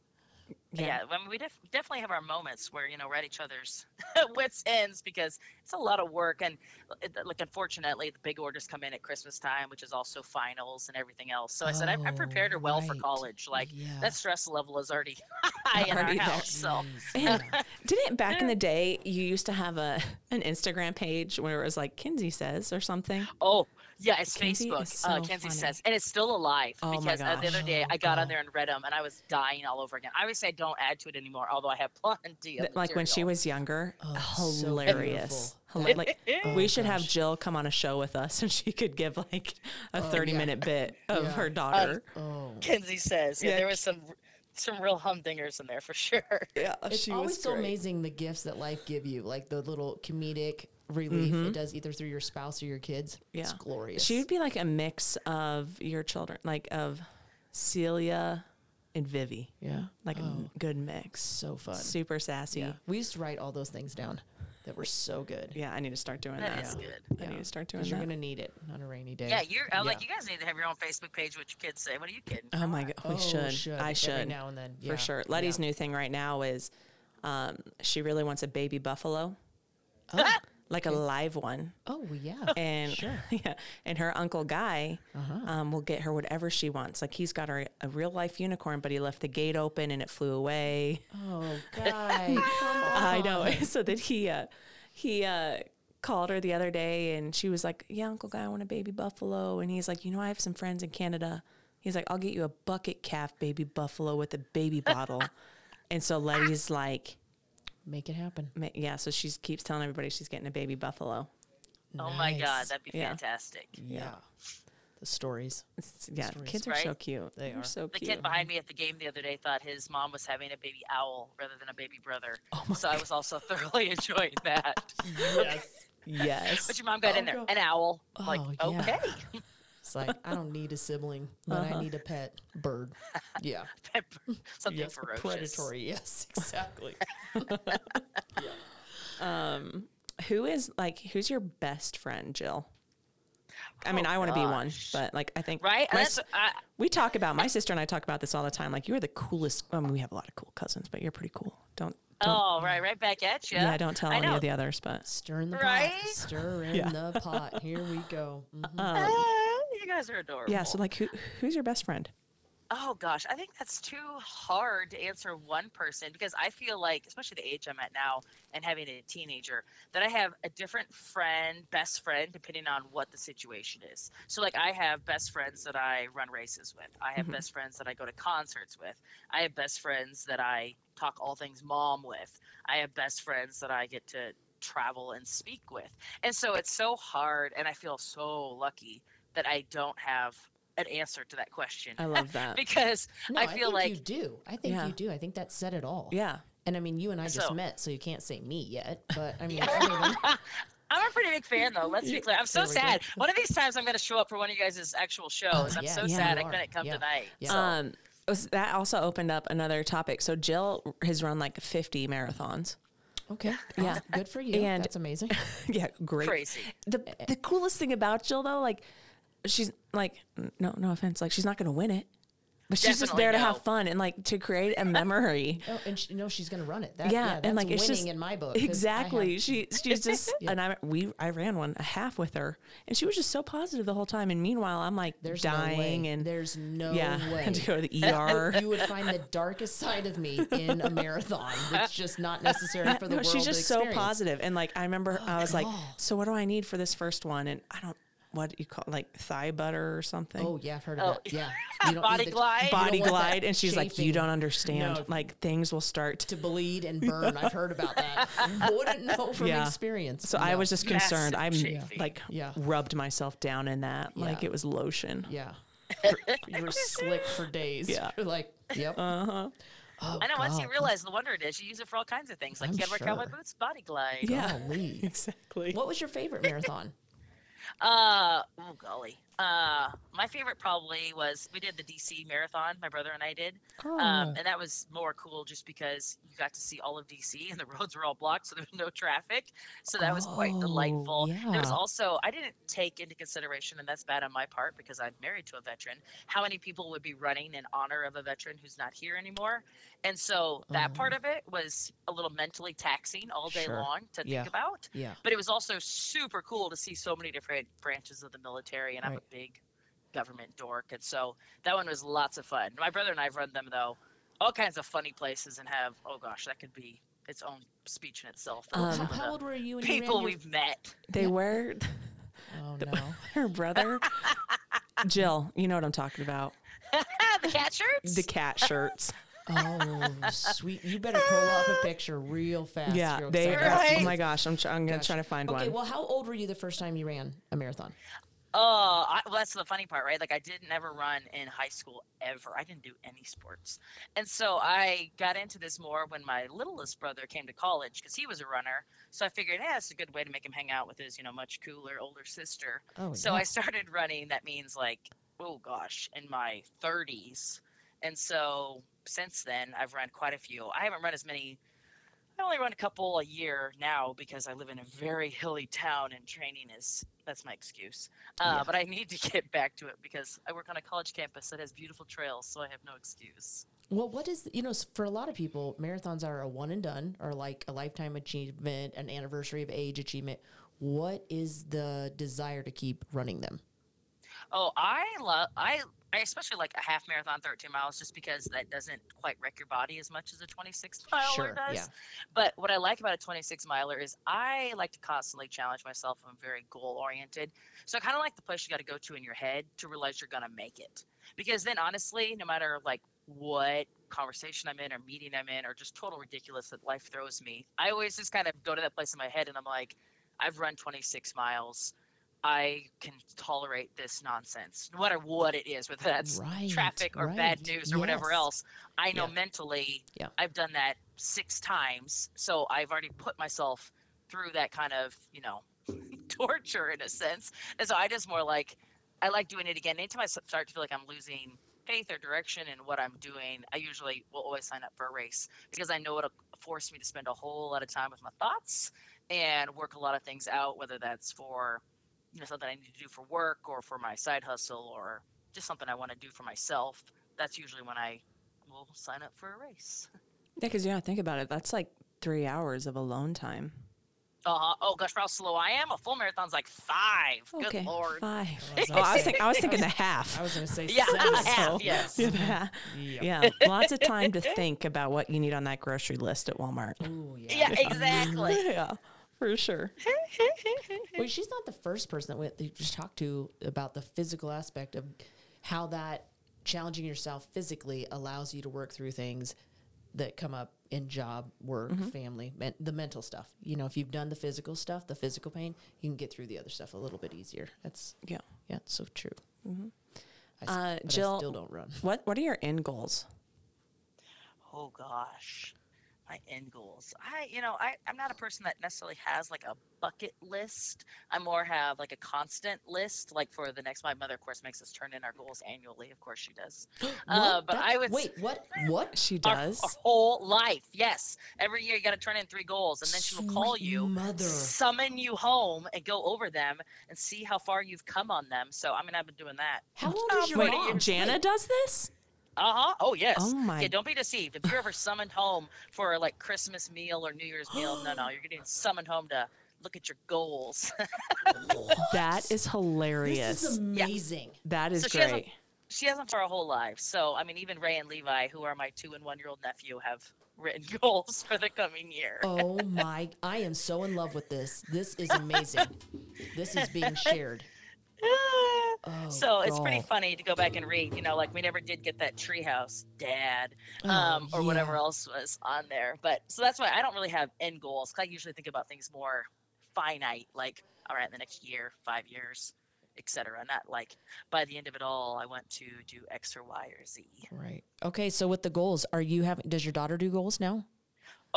Speaker 4: Yeah, I mean, we def- definitely have our moments where you know we're at each other's wits ends because it's a lot of work, and it, like unfortunately, the big orders come in at Christmas time, which is also finals and everything else. So I said I, I
Speaker 1: Oh,
Speaker 4: prepared her well for
Speaker 1: right.
Speaker 4: college. Like
Speaker 1: Yeah.
Speaker 4: that stress level is already high in
Speaker 3: Already
Speaker 4: our
Speaker 3: there.
Speaker 4: house. So
Speaker 3: And didn't back in the day you used to have a an Instagram page where it was like Kinsey says or something?
Speaker 4: oh yeah, it's
Speaker 3: Kenzie is
Speaker 4: Facebook.
Speaker 3: so
Speaker 4: uh, Kenzie
Speaker 3: funny.
Speaker 4: says, and it's still alive
Speaker 3: Oh my
Speaker 4: because uh, the other
Speaker 1: gosh.
Speaker 4: day I got
Speaker 1: Oh.
Speaker 4: on there and read them, and I was dying all over again. I would say don't add to it anymore, although I have plenty of
Speaker 3: That, like when she
Speaker 4: material.
Speaker 3: was younger,
Speaker 1: Oh, that's so
Speaker 3: hilarious.
Speaker 1: beautiful. Oh,
Speaker 3: Hila- like we should have Jill come on a show with us, and she could give like a thirty minute bit of
Speaker 1: Oh, Yeah.
Speaker 3: her daughter.
Speaker 1: Oh,
Speaker 4: Kenzie says. Yeah,
Speaker 3: Yeah,
Speaker 4: there was some some real humdingers in there for sure.
Speaker 3: yeah,
Speaker 1: it's always so amazing the gifts that life give you, like the little comedic relief it does either through your spouse or your kids. It's
Speaker 3: Mm-hmm. Yeah.
Speaker 1: glorious.
Speaker 3: She would be like a mix of your children, like of Celia and Vivi.
Speaker 1: yeah. Oh.
Speaker 3: Like a m- good mix.
Speaker 1: So fun.
Speaker 3: Super sassy. Yeah.
Speaker 1: We used to write all those things down that were so good.
Speaker 3: I need to start doing that.
Speaker 4: That is good.
Speaker 3: I need to start doing
Speaker 1: 'Cause
Speaker 3: that.
Speaker 1: you're gonna need it on a rainy day.
Speaker 4: Yeah, you're I was like
Speaker 1: Yeah.
Speaker 4: you guys need to have your own Facebook page. What your kids say? What are you kidding?
Speaker 3: oh my god, we
Speaker 1: Oh,
Speaker 3: should. I
Speaker 1: like,
Speaker 3: should
Speaker 1: every now and then yeah.
Speaker 3: for sure. Letty's new thing right now is um, she really wants a baby buffalo, like a live one.
Speaker 1: Oh well, yeah.
Speaker 3: and yeah, and her uncle Guy
Speaker 1: Uh-huh.
Speaker 3: um, will get her whatever she wants. Like he's got her a real life unicorn, but he left the gate open and it flew away.
Speaker 1: oh God. come on.
Speaker 3: I know. so then he uh, he uh, called her the other day, and she was like, "Yeah, Uncle Guy, I want a baby buffalo." And he's like, "You know, I have some friends in Canada." He's like, "I'll get you a bucket calf baby buffalo with a baby bottle." and so Letty's like,
Speaker 1: Make it happen.
Speaker 3: ma- "Yeah." So she keeps telling everybody she's getting a baby buffalo.
Speaker 4: Oh my god,
Speaker 1: Nice.
Speaker 4: that'd be
Speaker 3: Yeah.
Speaker 4: fantastic.
Speaker 1: yeah. The stories.
Speaker 3: It's- yeah, kids are so
Speaker 4: right?
Speaker 3: cute. They are so
Speaker 4: The
Speaker 3: cute.
Speaker 4: kid behind me at the game the other day thought his mom was having a baby owl rather than a baby brother. so I was also thoroughly enjoying that.
Speaker 1: Yes.
Speaker 3: yes.
Speaker 4: But your mom got in there, an owl. I'm like,
Speaker 1: Oh, yeah.
Speaker 4: okay,
Speaker 1: It's like I don't need a sibling, but
Speaker 4: Uh-huh.
Speaker 1: I need a pet bird. Yeah.
Speaker 4: something
Speaker 1: yes.
Speaker 4: ferocious.
Speaker 1: Predatory. Yes. Exactly.
Speaker 3: Who is like who's your best friend, Jill? I mean, I want to be one, but like I think
Speaker 4: Oh, Right?
Speaker 3: my
Speaker 4: And
Speaker 3: s-
Speaker 4: that's, I,
Speaker 3: we talk about my sister and I talk about this all the time. Like you are the coolest. I mean, we have a lot of cool cousins, but you're pretty cool. Don't, don't
Speaker 4: oh, right, right back at you.
Speaker 3: yeah. don't tell
Speaker 4: I
Speaker 3: any
Speaker 4: know.
Speaker 3: of the others, but
Speaker 1: Stir in the
Speaker 4: Right?
Speaker 1: pot. Stir in the pot. Here we go. Mhm.
Speaker 3: um,
Speaker 4: Ah, you guys are adorable.
Speaker 3: yeah. So like who who's your best friend?
Speaker 4: Oh gosh, I think that's too hard to answer one person because I feel like, especially the age I'm at now and having a teenager, that I have a different friend, best friend, depending on what the situation is. So, like, I have best friends that I run races with, I have
Speaker 3: Mhm.
Speaker 4: best friends that I go to concerts with, I have best friends that I talk all things mom with, I have best friends that I get to travel and speak with. And so, it's so hard, and I feel so lucky that I don't have an answer to that question
Speaker 3: I love that.
Speaker 4: because
Speaker 1: No,
Speaker 4: I feel
Speaker 1: think
Speaker 4: like
Speaker 1: you do. I think
Speaker 3: Yeah.
Speaker 1: you do. I think that said it all.
Speaker 3: yeah.
Speaker 1: And I mean, you and I just
Speaker 4: So-
Speaker 1: met, so you can't say me yet. But I mean, other than-
Speaker 4: I'm a pretty big fan though. Let's be clear. I'm so
Speaker 1: There we go. Oh,
Speaker 4: sad. One of these times I'm going to show up for one of you guys' actual shows. I'm
Speaker 1: yeah,
Speaker 4: so
Speaker 1: yeah,
Speaker 4: sad
Speaker 1: you
Speaker 4: I
Speaker 1: are.
Speaker 4: couldn't come
Speaker 1: Yeah.
Speaker 4: tonight.
Speaker 1: Yeah.
Speaker 4: So,
Speaker 3: Um, was- that also opened up another topic. So Jill has run like 50 marathons.
Speaker 1: okay,
Speaker 3: Yeah.
Speaker 1: yeah, good for you.
Speaker 3: And-
Speaker 1: That's amazing.
Speaker 3: yeah, great.
Speaker 4: Crazy.
Speaker 3: The the coolest thing about Jill though, like she's like no no offense, like she's not gonna win it, but she's just
Speaker 4: Definitely
Speaker 3: there to
Speaker 4: no.
Speaker 3: have fun and like to create a memory.
Speaker 1: Oh, and she, no, she's gonna run it. That,
Speaker 3: yeah,
Speaker 1: yeah, that's
Speaker 3: and like
Speaker 1: winning
Speaker 3: it's just
Speaker 1: in my book. 'cause I
Speaker 3: Exactly.
Speaker 1: have-
Speaker 3: she she's just and I we I ran one a half with her and she was just so positive the whole time. And meanwhile, I'm like
Speaker 1: there's no
Speaker 3: dying
Speaker 1: way.
Speaker 3: and
Speaker 1: there's no
Speaker 3: yeah, I
Speaker 1: way.
Speaker 3: had to go to the ER.
Speaker 1: You would find the darkest side of me in a marathon. That's just not necessary for the
Speaker 3: no,
Speaker 1: world.
Speaker 3: she's
Speaker 1: to
Speaker 3: just so
Speaker 1: experience.
Speaker 3: positive. And like I remember, I was like,
Speaker 1: God.
Speaker 3: so what do I need for this first one? And I don't what do you call it? like thigh butter or something.
Speaker 1: Oh yeah, I've heard
Speaker 4: Oh.
Speaker 1: of that. Yeah, You don't need
Speaker 4: Body
Speaker 1: the-
Speaker 4: glide.
Speaker 1: you don't
Speaker 3: body
Speaker 1: want that
Speaker 3: glide and she's like you
Speaker 1: chafing
Speaker 3: don't understand
Speaker 1: No.
Speaker 3: like things will start to
Speaker 1: to bleed and burn. I've heard about that. Wouldn't know from
Speaker 3: Yeah.
Speaker 1: experience.
Speaker 3: so i
Speaker 1: No.
Speaker 3: was just concerned i'm
Speaker 4: Massive chafing.
Speaker 3: like
Speaker 1: Yeah.
Speaker 3: rubbed myself down in that like
Speaker 1: Yeah.
Speaker 3: it was lotion
Speaker 1: Yeah. you were slick for days.
Speaker 3: Yeah.
Speaker 1: You're like, yep.
Speaker 3: uh-huh
Speaker 1: oh,
Speaker 4: I know. Once you
Speaker 1: God.
Speaker 4: realize the wonder it is, you use it for all kinds of things. Like
Speaker 1: I'm
Speaker 4: you got to wear cowboy
Speaker 1: sure.
Speaker 4: boots, body glide.
Speaker 3: yeah
Speaker 1: Golly.
Speaker 3: exactly
Speaker 1: What was your favorite marathon?
Speaker 4: Uh, oh golly. Uh, my favorite probably was we did the DC marathon. My brother and I did. Um,
Speaker 1: Oh.
Speaker 4: and that was more cool just because you got to see all of DC and the roads were all blocked, so there was no traffic. So that was quite
Speaker 3: Oh,
Speaker 4: delightful. There was
Speaker 3: yeah.
Speaker 4: also I didn't take into consideration, and that's bad on my part because I'm married to a veteran. How many people would be running in honor of a veteran who's not here anymore? And so that part of it was a little mentally taxing all day
Speaker 1: Oh. Sure.
Speaker 4: long to
Speaker 1: Yeah.
Speaker 4: think about.
Speaker 1: Yeah.
Speaker 4: But it was also super cool to see so many different branches of the military, and I'm a
Speaker 1: Right.
Speaker 4: big government dork, and so that one was lots of fun. My brother and I've run them though, all kinds of funny places, and have oh gosh, that could be its own speech in itself. though,
Speaker 3: Um,
Speaker 4: some
Speaker 1: how,
Speaker 4: of the
Speaker 1: how old were you when you
Speaker 4: people
Speaker 1: ran your-
Speaker 4: we've met.
Speaker 3: they were
Speaker 1: Oh no.
Speaker 3: her brother jill you know what i'm talking about
Speaker 4: the cat shirts.
Speaker 3: the cat shirts
Speaker 1: Oh sweet. You better pull up a picture real fast.
Speaker 3: yeah
Speaker 1: You're
Speaker 3: they
Speaker 1: excited.
Speaker 4: Right.
Speaker 3: oh my gosh i'm, tr- I'm gonna
Speaker 1: Gosh.
Speaker 3: try to find
Speaker 1: Okay,
Speaker 3: one
Speaker 1: well how old were you the first time you ran a marathon?
Speaker 4: Oh, I, well, that's the funny part, right? Like, I didn't ever run in high school ever. I didn't do any sports. And so I got into this more when my littlest brother came to college because he was a runner. So I figured, yeah, it's a good way to make him hang out with his, you know, much cooler older sister.
Speaker 1: Oh
Speaker 4: So
Speaker 1: yeah.
Speaker 4: I started running. That means like, oh gosh, in my 30s. And so since then, I've run quite a few. I haven't run as many. I only run a couple a year now because I live in a very hilly town and training is that's my excuse. Uh,
Speaker 1: Yeah.
Speaker 4: But I need to get back to it because I work on a college campus that has beautiful trails, so I have no excuse.
Speaker 1: Well, what is you know s- for a lot of people, marathons are a one and done, or like a lifetime achievement, an anniversary of age achievement. What is the desire to keep running them?
Speaker 4: Oh, I love I I especially like a half marathon, 13 miles, just because that doesn't quite wreck your body as much as a 26 miler does.
Speaker 1: yeah,
Speaker 4: But what I like about a 26 miler is I like to constantly challenge myself. I'm very goal oriented. So I kind of like the place you got to go to in your head to realize you're going to make it. Because then, honestly, no matter like what conversation I'm in or meeting I'm in or just total ridiculous that life throws me, I always just kind of go to that place in my head and I'm like, I've run 26 miles. I can tolerate this nonsense, no matter what it is, whether that's
Speaker 1: right,
Speaker 4: traffic or bad
Speaker 1: right,
Speaker 4: news or whatever
Speaker 1: yes.
Speaker 4: else. I know
Speaker 1: Yeah.
Speaker 4: mentally
Speaker 1: Yeah.
Speaker 4: I've done that six times, so I've already put myself through that kind of, you know, torture in a sense. And so I just more like I like doing it again. Anytime I s- start to feel like I'm losing faith or direction in what I'm doing, I usually will always sign up for a race because I know it'll force me to spend a whole lot of time with my thoughts and work a lot of things out, whether that's for you know something I need to do for work or for my side hustle or just something I want to do for myself. That's usually when I will sign up for a race.
Speaker 3: yeah because yeah think about it that's like three hours of alone time
Speaker 4: Uh-huh. Oh gosh, for how slow I am, a full marathon's like five.
Speaker 3: Okay.
Speaker 4: Good lord.
Speaker 3: Five.
Speaker 1: was
Speaker 3: Oh, I was,
Speaker 1: gonna
Speaker 3: think, I was thinking the half.
Speaker 1: I was going to say
Speaker 4: Yeah,
Speaker 1: seven.
Speaker 4: half,
Speaker 1: so-
Speaker 4: yes.
Speaker 3: Yeah, the half. yeah. Lots of time to think about what you need on that grocery list at Walmart.
Speaker 1: Ooh, yeah.
Speaker 4: Yeah, exactly.
Speaker 3: Yeah, for sure.
Speaker 1: Well, she's not the first person that we that you just talked to about the physical aspect of how that challenging yourself physically allows you to work through things that come up in job, work,
Speaker 3: Mm-hmm.
Speaker 1: family, men, the mental stuff. You know, if you've done the physical stuff, the physical pain, you can get through the other stuff a little bit easier. That's
Speaker 3: Yeah.
Speaker 1: yeah, it's so true. I s-
Speaker 3: Mm-hmm. Uh,
Speaker 1: but
Speaker 3: Jill,
Speaker 1: I still don't run.
Speaker 3: What What are your end goals?
Speaker 4: oh gosh my end goals i you know I, i'm not a person that necessarily has like a bucket list i more have like a constant list like for the next my mother of course makes us turn in our goals annually of course she does uh,
Speaker 1: What?
Speaker 4: but
Speaker 1: That-
Speaker 4: i would
Speaker 1: wait. What? What?
Speaker 3: She
Speaker 4: our,
Speaker 3: does.
Speaker 4: our whole life yes every year you got to turn in three goals and then she'll call
Speaker 1: Sweet
Speaker 4: you
Speaker 1: mother.
Speaker 4: summon you home and go over them and see how far you've come on them so i mean i've been doing that
Speaker 1: How old
Speaker 4: Oh,
Speaker 1: is your
Speaker 3: Wait,
Speaker 1: mom?
Speaker 3: Jana does this?
Speaker 4: Uh huh. Oh yes.
Speaker 3: Oh, my-
Speaker 4: Okay, don't be deceived. If you're ever summoned home for like Christmas meal or New Year's meal, no, no, you're getting summoned home to look at your goals.
Speaker 3: That is hilarious.
Speaker 1: This is amazing.
Speaker 3: that is
Speaker 4: So she has a-
Speaker 3: great.
Speaker 4: she hasn't for our whole life. So I mean, even Ray and Levi, who are my two and one year old nephew, have written goals for the coming year.
Speaker 1: Oh my! I am so in love with this. This is amazing. this is being shared. Oh,
Speaker 4: so it's pretty
Speaker 1: God.
Speaker 4: funny to go back and read. You know, like we never did get that treehouse, Dad,
Speaker 1: Oh,
Speaker 4: um, or whatever
Speaker 1: yeah.
Speaker 4: else was on there. But so that's why I don't really have end goals. 'cause I usually think about things more finite, like all right, in the next year, five years, etc. Not like by the end of it all, I want to do X or Y or Z.
Speaker 1: Right. Okay. So with the goals, are you having? Does your daughter do goals now?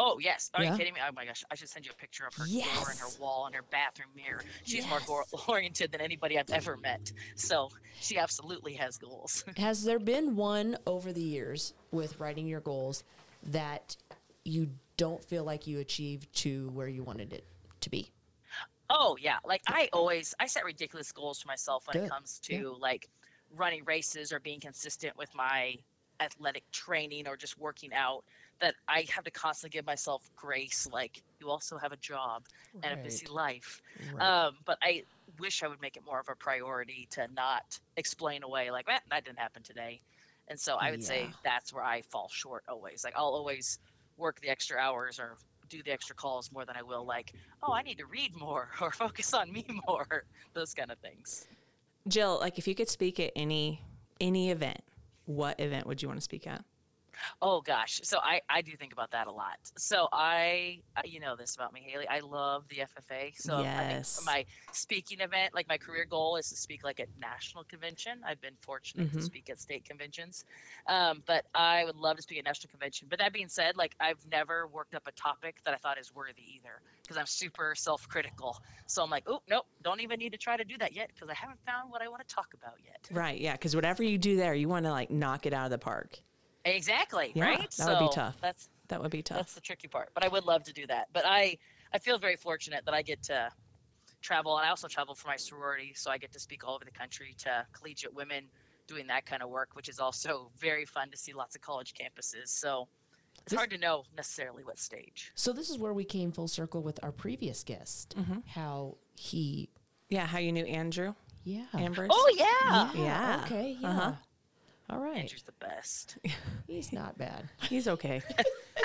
Speaker 4: Oh yes, are
Speaker 1: Yeah.
Speaker 4: you kidding me? Oh my gosh, I should send you a picture of her door and her
Speaker 1: Yes.
Speaker 4: wall and her bathroom mirror. She's more
Speaker 1: Yes.
Speaker 4: goal oriented than anybody I've ever met. So she absolutely has goals.
Speaker 1: Has there been one over the years with writing your goals that you don't feel like you achieved to where you wanted it to be?
Speaker 4: Oh yeah, like I always I set ridiculous goals for myself when
Speaker 1: Good.
Speaker 4: it comes to
Speaker 1: Yeah.
Speaker 4: like running races or being consistent with my athletic training or just working out that I have to constantly give myself grace like you also have a job and a busy life. Um but I wish I would make it more of a priority to not explain away like "Eh, that didn't happen today. And so I would say
Speaker 1: Yeah.
Speaker 4: that's where I fall short always. Like I'll always work the extra hours or do the extra calls more than I will like oh, I need to read more or focus on me more, those kind of things.
Speaker 3: Jill, like if you could speak at any any event, what event would you want to speak at?
Speaker 4: Oh gosh, so I I do think about that a lot. So I, I you know this about me, Haley. I love the FFA. So
Speaker 3: Yes.
Speaker 4: I think my speaking event, like my career goal, is to speak like at national convention. I've been fortunate
Speaker 3: Mhm.
Speaker 4: to speak at state conventions, um, but I would love to speak at national convention. But that being said, like I've never worked up a topic that I thought is worthy either, because I'm super self-critical. So I'm like, oh nope, don't even need to try to do that yet, because I haven't found what I want to talk about yet.
Speaker 3: Right, yeah, because whatever you do there, you want to like knock it out of the park.
Speaker 4: Exactly.
Speaker 3: Yeah,
Speaker 4: right.
Speaker 3: that would be
Speaker 4: So
Speaker 3: tough.
Speaker 4: That's
Speaker 3: That would be
Speaker 4: that's
Speaker 3: tough.
Speaker 4: the tricky part. But I would love to do that. But I I feel very fortunate that I get to travel, and I also travel for my sorority, so I get to speak all over the country to collegiate women doing that kind of work, which is also very fun to see lots of college campuses. So it's
Speaker 1: This-
Speaker 4: hard to know necessarily what stage.
Speaker 1: So this is where we came full circle with our previous guest.
Speaker 4: Mm-hmm.
Speaker 1: How he,
Speaker 3: Yeah, how you knew Andrew
Speaker 1: yeah, Ah,
Speaker 3: Ambrose?
Speaker 4: Oh yeah,
Speaker 3: Yeah.
Speaker 1: Okay. Yeah.
Speaker 3: Uh-huh.
Speaker 1: All right.
Speaker 4: Andrew's the best.
Speaker 1: He's not bad.
Speaker 3: He's okay.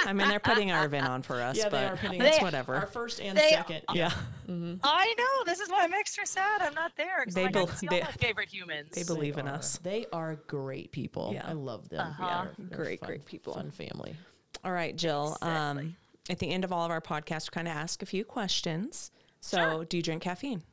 Speaker 3: I mean, they're putting our event on for us, but
Speaker 4: us
Speaker 3: it's
Speaker 4: on.
Speaker 3: whatever.
Speaker 1: Our first and
Speaker 4: They-
Speaker 1: second.
Speaker 3: yeah,
Speaker 4: I know. This is why I'm extra sad. I'm not there because
Speaker 3: They
Speaker 4: I got
Speaker 3: bel-
Speaker 4: to see
Speaker 3: they-
Speaker 4: all my favorite humans.
Speaker 3: they believe in us.
Speaker 1: They are great people.
Speaker 3: Yeah.
Speaker 1: I love them.
Speaker 4: Uh-huh.
Speaker 1: They're- they're
Speaker 3: Great,
Speaker 1: fun-
Speaker 3: great people.
Speaker 1: Fun family.
Speaker 3: All right, Jill. Um,
Speaker 4: Exactly.
Speaker 3: at the end of all of our podcasts, we kind of ask a few questions. So, do you drink caffeine?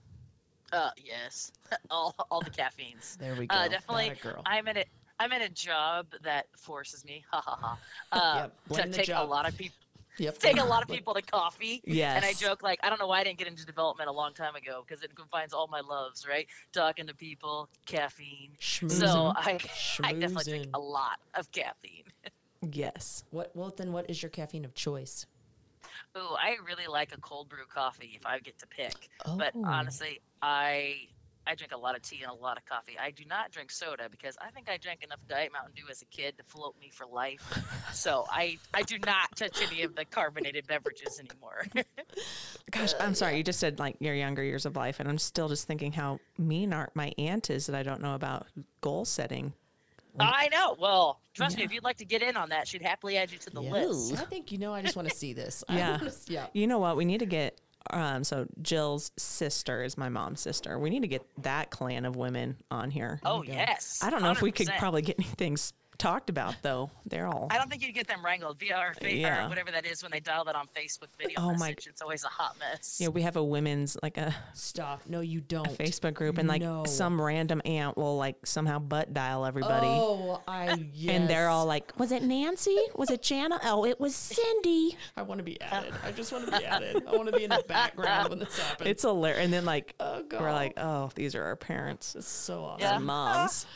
Speaker 4: Uh, yes, all all the caffeines.
Speaker 1: There we
Speaker 4: Uh,
Speaker 1: go.
Speaker 4: definitely.
Speaker 1: Atta girl.
Speaker 4: I'm in a I'm in a job that forces me, ha ha ha, uh,
Speaker 1: Yep, blame
Speaker 4: to
Speaker 1: the
Speaker 4: take a
Speaker 1: job.
Speaker 4: lot of people
Speaker 1: Yep.
Speaker 4: take a lot of people to coffee. And I
Speaker 3: Yes.
Speaker 4: joke like I don't know why I didn't get into development a long time ago because it combines all my loves, right? Talking to people, caffeine. So uh,
Speaker 1: Schmoozing.
Speaker 4: I I definitely drink
Speaker 1: Schmoozing.
Speaker 4: a lot of caffeine.
Speaker 3: Yes.
Speaker 1: What? Well, then, what is your caffeine of choice?
Speaker 4: Ooh, I really like a cold brew coffee if I get to pick. But
Speaker 1: Oh.
Speaker 4: honestly, I I I drink a lot of tea and a lot of coffee. I do not drink soda because I think I drank enough Diet Mountain Dew as a kid to float me for life. So I I do not touch any of the carbonated beverages anymore.
Speaker 3: Gosh, I'm sorry. You just said like your younger years of life, and I'm still just thinking how mean our, my aunt is that I don't know about goal setting.
Speaker 4: I know. Well, trust me, if you'd like to get in on that, she'd happily add you to the
Speaker 1: Yeah.
Speaker 4: list.
Speaker 1: I think you know. I just want to see this. I
Speaker 3: Yeah.
Speaker 1: wanna s- yeah.
Speaker 3: You know what? We need to get. Um, so Jill's sister is my mom's sister. We need to get that clan of women on here.
Speaker 4: Oh yes.
Speaker 3: I don't know if we could
Speaker 4: 100%.
Speaker 3: probably get anything s- talked about though. They're all.
Speaker 4: I don't think you'd get them wrangled via our fa-
Speaker 3: Yeah.
Speaker 4: or whatever that is when they dial that on Facebook video
Speaker 3: Oh, my-
Speaker 4: message. It's always a hot mess.
Speaker 3: You know, we have a women's like a
Speaker 1: Stop. No, you don't.
Speaker 3: Facebook group, and like
Speaker 1: No.
Speaker 3: some random aunt will like somehow butt dial everybody.
Speaker 1: Oh, I. Yes.
Speaker 3: And they're all like, "Was it Nancy? Was it Jana? Oh, it was Cindy."
Speaker 1: I want to
Speaker 4: Uh,
Speaker 1: be added. I just want to be added. I want to be in the background when this happens.
Speaker 3: It's hilarious. And then like
Speaker 1: Oh,
Speaker 3: we're like, "Oh, these are our parents,
Speaker 1: It's so awesome.
Speaker 4: Yeah.
Speaker 3: our moms."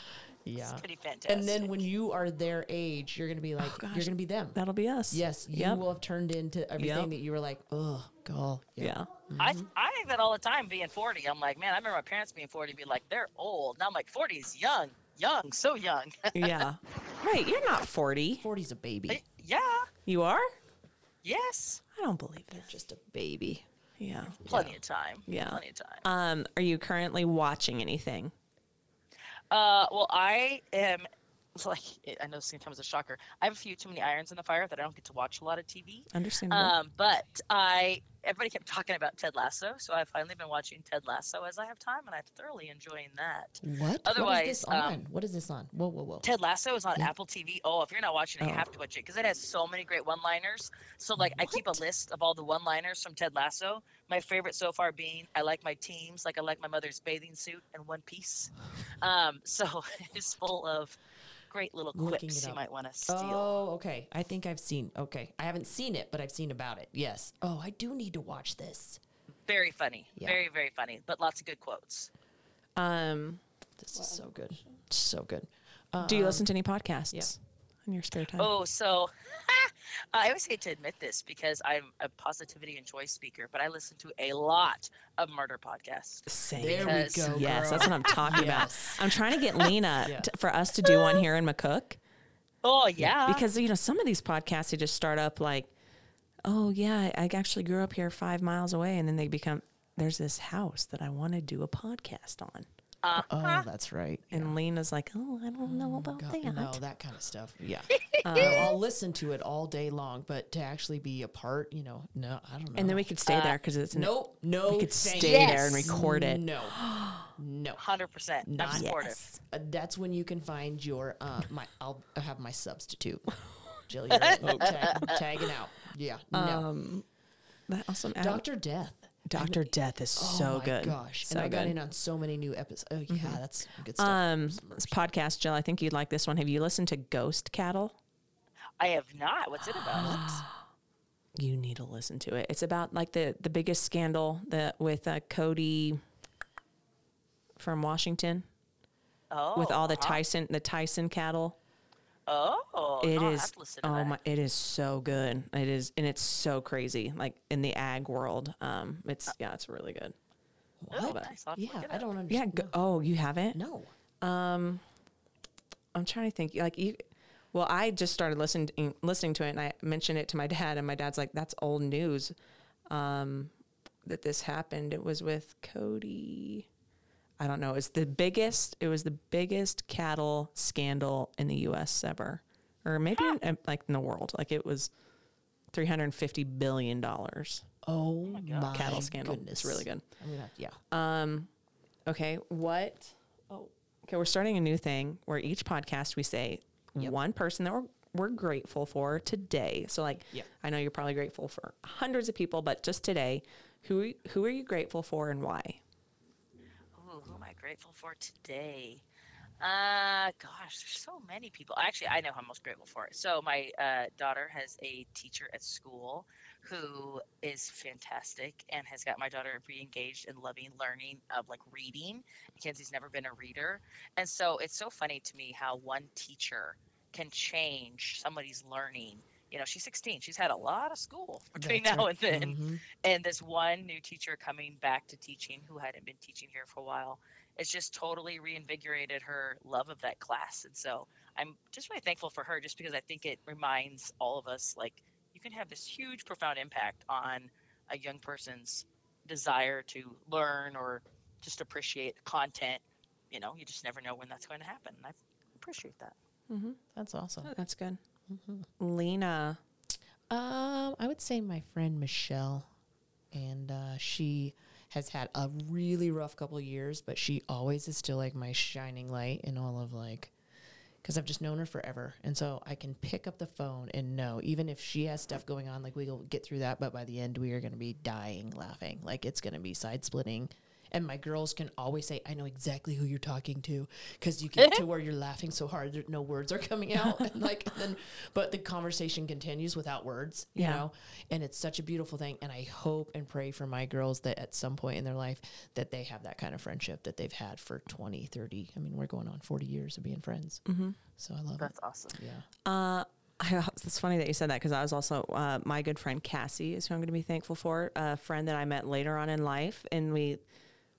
Speaker 1: Yeah.
Speaker 4: Pretty fantastic.
Speaker 1: And then when you are their age, you're gonna be like, you're gonna be them.
Speaker 3: Oh, That'll be us.
Speaker 1: Yes, you
Speaker 3: Yep.
Speaker 1: will have turned into everything
Speaker 3: Yep.
Speaker 1: that you were like, oh, girl.
Speaker 3: Yeah.
Speaker 4: I,
Speaker 3: Mm-hmm.
Speaker 4: I think that all the time being 40. I'm like, man, I remember my parents being 40 be like, they're old. Now I'm like, 40 is young, young, so young.
Speaker 3: Yeah. Right. You're not 40.
Speaker 1: 40's a baby.
Speaker 4: yeah,
Speaker 3: You are?
Speaker 4: yes.
Speaker 3: I don't believe that.
Speaker 1: Just a baby.
Speaker 3: Yeah.
Speaker 4: Plenty of time.
Speaker 3: Yeah.
Speaker 4: Plenty of time.
Speaker 3: Um, are you currently watching anything?
Speaker 4: Uh, well, I am like, I know this comes as a shocker. I have a few too many irons in the fire that I don't get to watch a lot of TV.
Speaker 3: Understandable.
Speaker 4: Um, but I, everybody kept talking about Ted Lasso, so I've finally been watching Ted Lasso as I have time, and I'm thoroughly enjoying that.
Speaker 1: What? what is
Speaker 4: Otherwise,
Speaker 1: this
Speaker 4: um,
Speaker 1: on? what is this on? Whoa, whoa, whoa.
Speaker 4: Ted Lasso is on Apple TV. Oh, if you're not watching it, you
Speaker 3: Oh.
Speaker 4: have to watch it because it has so many great one-liners. So, like, I keep a list of all the one-liners from Ted Lasso. My favorite so far being, "I like my teams like I like my mother's bathing suit and one piece." Um, so it's full of great little
Speaker 1: Looking
Speaker 4: quips
Speaker 1: it
Speaker 4: you
Speaker 1: up.
Speaker 4: might want to steal.
Speaker 1: Oh, okay. I think I've seen. Okay, I haven't seen it, but I've seen about it. Yes. Oh, I do need to watch this.
Speaker 4: Very funny,
Speaker 1: Yeah.
Speaker 4: very very funny, but lots of good quotes.
Speaker 3: Um,
Speaker 1: This is so good. So good. Uh,
Speaker 3: do you listen to any podcasts in your spare
Speaker 1: Mm.
Speaker 3: time?
Speaker 4: Oh, so I always hate to admit this because I'm a positivity and joy speaker, but I listen to a lot of murder podcasts.
Speaker 3: Same.
Speaker 1: there we
Speaker 4: because-
Speaker 1: go.
Speaker 3: yes,
Speaker 1: girl.
Speaker 3: that's what I'm talking
Speaker 1: Yes.
Speaker 3: about. I'm trying to get Lena t- for us to do one here in McCook
Speaker 4: Oh yeah,
Speaker 3: because you know some of these podcasts they just start up like, oh yeah, I actually grew up here five miles away, and then they become there's this house that I want to do a podcast on,
Speaker 4: Uh-huh.
Speaker 1: oh, that's right.
Speaker 3: and Lena's like, oh, I don't know about
Speaker 1: God,
Speaker 3: that.
Speaker 1: no, that kind of stuff. Yeah.
Speaker 3: Um,
Speaker 1: No, I'll listen to it all day long, but to actually be a part, you know, no, I don't know.
Speaker 3: And then we could stay there because it's an
Speaker 1: nope, no,
Speaker 3: we could
Speaker 1: thank
Speaker 3: stay
Speaker 1: you.
Speaker 3: there and record it.
Speaker 1: No, no.
Speaker 4: hundred percent. I'm supportive.
Speaker 1: Uh, that's when you can find your uh, my. I'll have my substitute. Jill, you're in. Tag-
Speaker 3: Oh.
Speaker 1: tagging out. Yeah, no.
Speaker 3: Um, That awesome. Doctor
Speaker 1: Doctor Death.
Speaker 3: Doctor Death is
Speaker 1: Oh
Speaker 3: so
Speaker 1: my
Speaker 3: good.
Speaker 1: Gosh,
Speaker 3: so
Speaker 1: and I
Speaker 3: good. Mm-hmm.
Speaker 1: got in on so many new episodes. Oh yeah, that's some good stuff.
Speaker 3: um, this podcast, Jill. I think you'd like this one. Have you listened to Ghost Cattle?
Speaker 4: I have not. What's it about?
Speaker 3: You need to listen to it. It's about like the the biggest scandal that with uh, Cody from Washington
Speaker 4: oh,
Speaker 3: with all the Tyson the Tyson cattle.
Speaker 4: oh,
Speaker 3: It is.
Speaker 4: no, I have to listen to
Speaker 3: oh
Speaker 4: that.
Speaker 3: my! It is so good. It is, and it's so crazy. Like in the ag world, um, it's yeah, it's really good.
Speaker 4: Oh, nice. I'll have to
Speaker 1: yeah,
Speaker 4: look it
Speaker 1: I
Speaker 4: up.
Speaker 1: don't
Speaker 3: Um, Yeah.
Speaker 1: understand.
Speaker 3: Go, oh, you haven't?
Speaker 1: No,
Speaker 3: I'm trying to think. Like you, well, I just started listening listening to it, and I mentioned it to my dad, and my dad's like, "That's old news." Um, that this happened. It was with Cody. I don't know. It's the biggest. It was the biggest cattle scandal in the U.S. ever, or maybe in, uh, like in the world. Like it was. Three hundred and fifty billion dollars
Speaker 1: Oh my,
Speaker 3: cattle scandal. It's really good. Um,
Speaker 1: I'm gonna have, yeah.
Speaker 3: Okay, what? Oh, okay. We're starting a new thing where each podcast we say one person that we're we're grateful for today. So like,
Speaker 1: Yeah.
Speaker 3: I know you're probably grateful for hundreds of people, but just today, who who are you grateful for and why?
Speaker 4: Ooh, who am I grateful for today? Uh, gosh, there's so many people. Actually, I know who I'm most grateful for. So my uh, daughter has a teacher at school who is fantastic and has got my daughter re-engaged in loving learning of like reading. Mackenzie's never been a reader, and so it's so funny to me how one teacher can change somebody's learning. You know, she's 16. She's had a lot of school between
Speaker 1: That's
Speaker 4: now
Speaker 1: right.
Speaker 4: and then
Speaker 3: mm-hmm.
Speaker 1: Mhm.
Speaker 4: and this one new teacher coming back to teaching who hadn't been teaching here for a while it's just totally reinvigorated her love of that class. And so I'm just really thankful for her just because I think it reminds all of us like you can have this huge, profound impact on a young person's desire to learn or just appreciate content. You know, you just never know when that's going to happen. And I appreciate that.
Speaker 1: That's awesome.
Speaker 3: Oh, that's good. Lena.
Speaker 1: Um, I would say my friend Michelle, and uh, she has had a really rough couple of years, but she always is still like my shining light in all of like, because I've just known her forever, and so I can pick up the phone and know even if she has stuff going on, like we'll get through that, but by the end we are going to be dying laughing, like it's going to be side splitting. And my girls can always say, "I know exactly who you're talking to," because you get to where you're laughing so hard that no words are coming out, and like, and then, but the conversation continues without words, you
Speaker 3: Yeah.
Speaker 1: know. And it's such a beautiful thing. And I hope and pray for my girls that at some point in their life that they have that kind of friendship that they've had for 20, 30. I mean, we're going on 40 years of being friends. Mm-hmm. So I love it.
Speaker 4: That's awesome.
Speaker 1: Yeah.
Speaker 3: I, it's funny that you said that because I was also uh, my good friend Cassie is who I'm going to be thankful for. A friend that I met later on in life, and we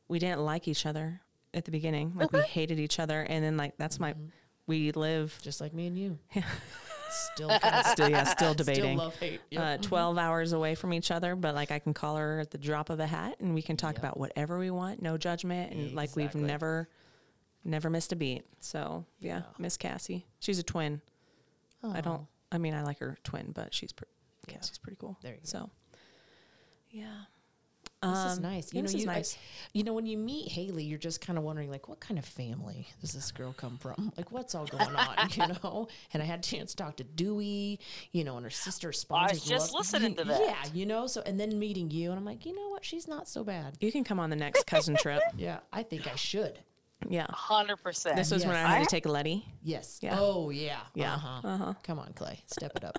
Speaker 3: we didn't like each other at the beginning. Like we hated each other, and then like that's my we live
Speaker 1: Just like me and you. Still, kind of
Speaker 3: still yeah still
Speaker 1: still
Speaker 3: debating.
Speaker 1: love Mm-hmm. hate. Yep.
Speaker 3: uh, 12 hours away from each other, but like I can call her at the drop of a hat and we can talk about whatever we want, no judgment. And like we've
Speaker 1: Exactly.
Speaker 3: never, never missed a beat. So yeah, Miss Cassie. She's a twin. I don't, I mean, I like her twin, but she's, pre- Cassie's pretty cool.
Speaker 1: There you go.
Speaker 3: So yeah.
Speaker 1: Um, This is nice. You
Speaker 3: this
Speaker 1: know,
Speaker 3: is
Speaker 1: you, I-
Speaker 3: nice.
Speaker 1: you know, when you meet Haley, you're just kind of wondering, like, what kind of family does this girl come from? Like, what's all going on? You know. And I had a chance to talk to Dewey, you know, and her sister sponsors.
Speaker 4: just
Speaker 1: love-
Speaker 4: listening
Speaker 1: you-
Speaker 4: to that.
Speaker 1: Yeah, you know. So, and then meeting you, and I'm like, you know what? She's not so bad.
Speaker 3: You can come on the next cousin trip.
Speaker 1: Yeah, I think I should.
Speaker 3: Yeah.
Speaker 4: 100%.
Speaker 3: This was when
Speaker 1: Yes.
Speaker 3: I had
Speaker 4: I-
Speaker 3: to take Letty.
Speaker 1: Yes.
Speaker 3: Yeah.
Speaker 1: Oh yeah.
Speaker 3: Yeah.
Speaker 1: Uh-huh. Come on, Clay. Step it up.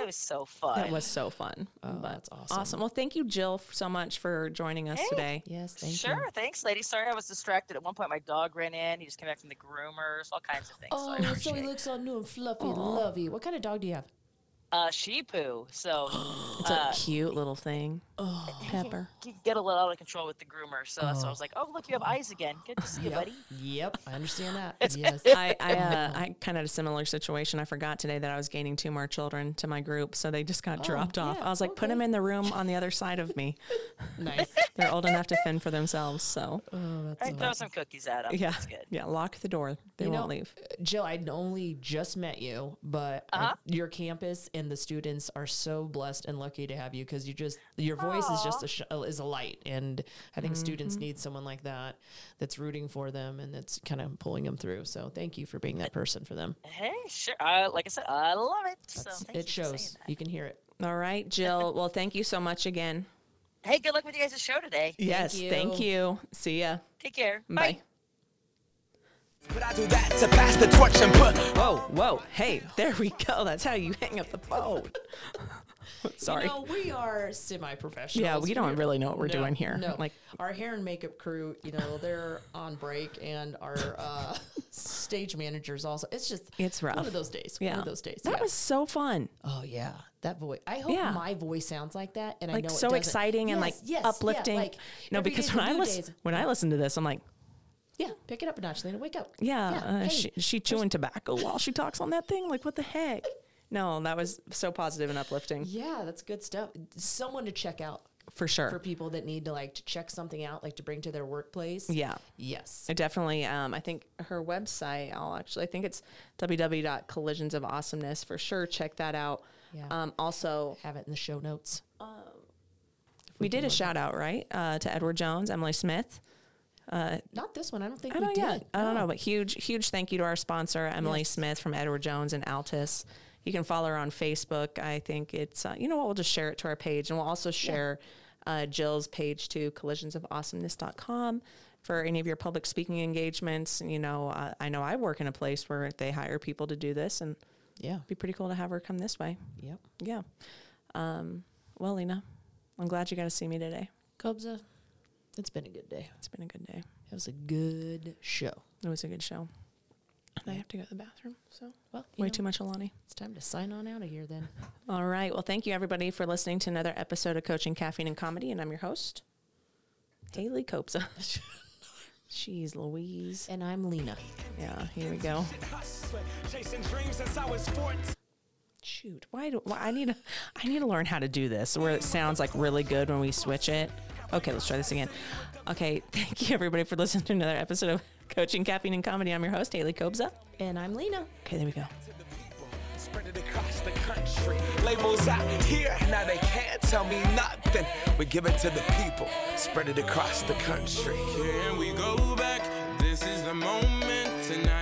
Speaker 4: It was so fun.
Speaker 3: That was so fun. but
Speaker 1: that's awesome.
Speaker 3: Awesome. Well, thank you, Jill, f- so much for joining us today.
Speaker 1: yes. Thank
Speaker 4: sure.
Speaker 1: you.
Speaker 4: Thanks, lady. Sorry, I was distracted. At one point, my dog ran in. He just came back from the groomers, all kinds of things. so I
Speaker 1: Oh, so
Speaker 4: appreciate
Speaker 1: he
Speaker 4: it.
Speaker 1: looks all new and fluffy and lovey. What kind of dog do you have?
Speaker 4: uh, she poo. So
Speaker 3: It's a cute little thing. Pepper.
Speaker 4: you get a little out of control with the groomer. So that's why I was like, oh, look, you have eyes again. Good to see you, buddy.
Speaker 1: Yep, I understand that. yes.
Speaker 3: I I, uh, I kind of had a similar situation. I forgot today that I was gaining two more children to my group, so they just got dropped off.
Speaker 1: Oh, yeah,
Speaker 3: I was like, put them
Speaker 1: okay.
Speaker 3: in the room on the other side of me.
Speaker 1: Nice.
Speaker 3: They're old enough to fend for themselves, so
Speaker 1: Oh,
Speaker 4: All right, throw some cookies at him.
Speaker 3: yeah,
Speaker 4: That's good.
Speaker 3: yeah. Lock the door; they
Speaker 1: You
Speaker 3: won't
Speaker 1: know,
Speaker 3: leave.
Speaker 1: Jill, I'd only just met you, but I-
Speaker 4: Uh-huh.
Speaker 1: your campus and the students are so blessed and lucky to have you because you just your voice is just a sh- is a light, and I think
Speaker 4: Mm-hmm.
Speaker 1: students need someone like that that's rooting for them and that's kind of pulling them through. So thank you for being that person for them.
Speaker 4: Hey, sure. Uh, like I said, I love it. So thank
Speaker 1: it
Speaker 4: you for saying
Speaker 1: shows
Speaker 4: that.
Speaker 1: you can hear it.
Speaker 3: All right, Jill. Well, thank you so much again.
Speaker 4: Hey, good luck with you guys' show today.
Speaker 3: yes, thank you. See ya.
Speaker 4: Take care.
Speaker 3: Bye.
Speaker 4: Bye.
Speaker 2: But I do that to pass the torch and put.
Speaker 3: Whoa, whoa. Hey, there we go. That's how you hang up the phone. Sorry.
Speaker 1: No, we are semi-professionals.
Speaker 3: yeah, we don't really know what we're
Speaker 1: No,
Speaker 3: doing here.
Speaker 1: No,
Speaker 3: Like,
Speaker 1: our hair and makeup crew, you know, they're on break, and our uh, stage managers also. It's just
Speaker 3: It's rough.
Speaker 1: One of those days.
Speaker 3: yeah,
Speaker 1: One of those days.
Speaker 3: That
Speaker 1: yeah.
Speaker 3: was so fun.
Speaker 1: Oh yeah, that voice. I hope
Speaker 3: Yeah.
Speaker 1: my voice sounds like that, and I
Speaker 3: like
Speaker 1: know
Speaker 3: so
Speaker 1: it doesn't.
Speaker 3: exciting and like
Speaker 1: Yes, yes, yeah,
Speaker 3: uplifting.
Speaker 1: like,
Speaker 3: no,
Speaker 1: every
Speaker 3: because
Speaker 1: day's a
Speaker 3: when I
Speaker 1: new
Speaker 3: listen
Speaker 1: day's-
Speaker 3: when I listen to this, I'm like,
Speaker 1: yeah, pick it up a notch, Lena. Wake up.
Speaker 3: yeah, uh,
Speaker 1: hey,
Speaker 3: she, she chewing tobacco while she talks on that thing. Like, what the heck? No, that was so positive and uplifting
Speaker 1: yeah, that's good stuff. Someone to check out
Speaker 3: for sure.
Speaker 1: for people that need to like to check something out, like to bring to their workplace.
Speaker 3: yeah,
Speaker 1: Yes.
Speaker 3: I definitely. Um, I think her website. I'll actually. I think it's www.collisions of awesomeness for sure. Check that out.
Speaker 1: Yeah.
Speaker 3: Um, also,
Speaker 1: Have it in the show notes.
Speaker 3: we did a shout out right uh, to Edward Jones, Emily Smith.
Speaker 1: Not this one. I don't think
Speaker 3: I
Speaker 1: we
Speaker 3: don't,
Speaker 1: did.
Speaker 3: yeah, I don't know, but huge, huge thank you to our sponsor, Emily Smith from Edward Jones and Altus. You can follow her on Facebook. I think it's, uh, you know what, we'll just share it to our page and we'll also share uh, Jill's page to collisionsofawesomeness.com for any of your public speaking engagements. You know, uh, I know I work in a place where they hire people to do this and it'd
Speaker 1: Yeah.
Speaker 3: be pretty cool to have her come this way.
Speaker 1: Yep.
Speaker 3: Yeah. Um, well, Lena, I'm glad you got to see me today.
Speaker 1: Cubza, uh, it's been a good day.
Speaker 3: It's been a good day.
Speaker 1: It was a good show.
Speaker 3: It was a good show. And I have to go to the bathroom, so.
Speaker 1: Well, you
Speaker 3: Way
Speaker 1: know,
Speaker 3: too much Alani.
Speaker 1: it's time to sign on out of here then.
Speaker 3: All right. Well, thank you everybody for listening to another episode of Coaching Caffeine and Comedy, and I'm your host, Haley Copsa. She's Louise.
Speaker 1: And I'm Lena.
Speaker 3: Yeah, here we go.
Speaker 2: Hustling, chasing dreams since I was 14.
Speaker 3: Shoot, why do why, I need to I need to learn how to do this where it sounds like really good when we switch it. Okay, let's try this again. Okay, thank you everybody for listening to another episode of Coaching Caffeine and Comedy. I'm your host Haley Kobza.
Speaker 1: And I'm Lena.
Speaker 3: Okay, there we go.
Speaker 2: to the people, spread it across the country. Labels out here, now they can't tell me nothing. We give it to the people, spread it across the country.
Speaker 5: Can we go back? This is the moment tonight.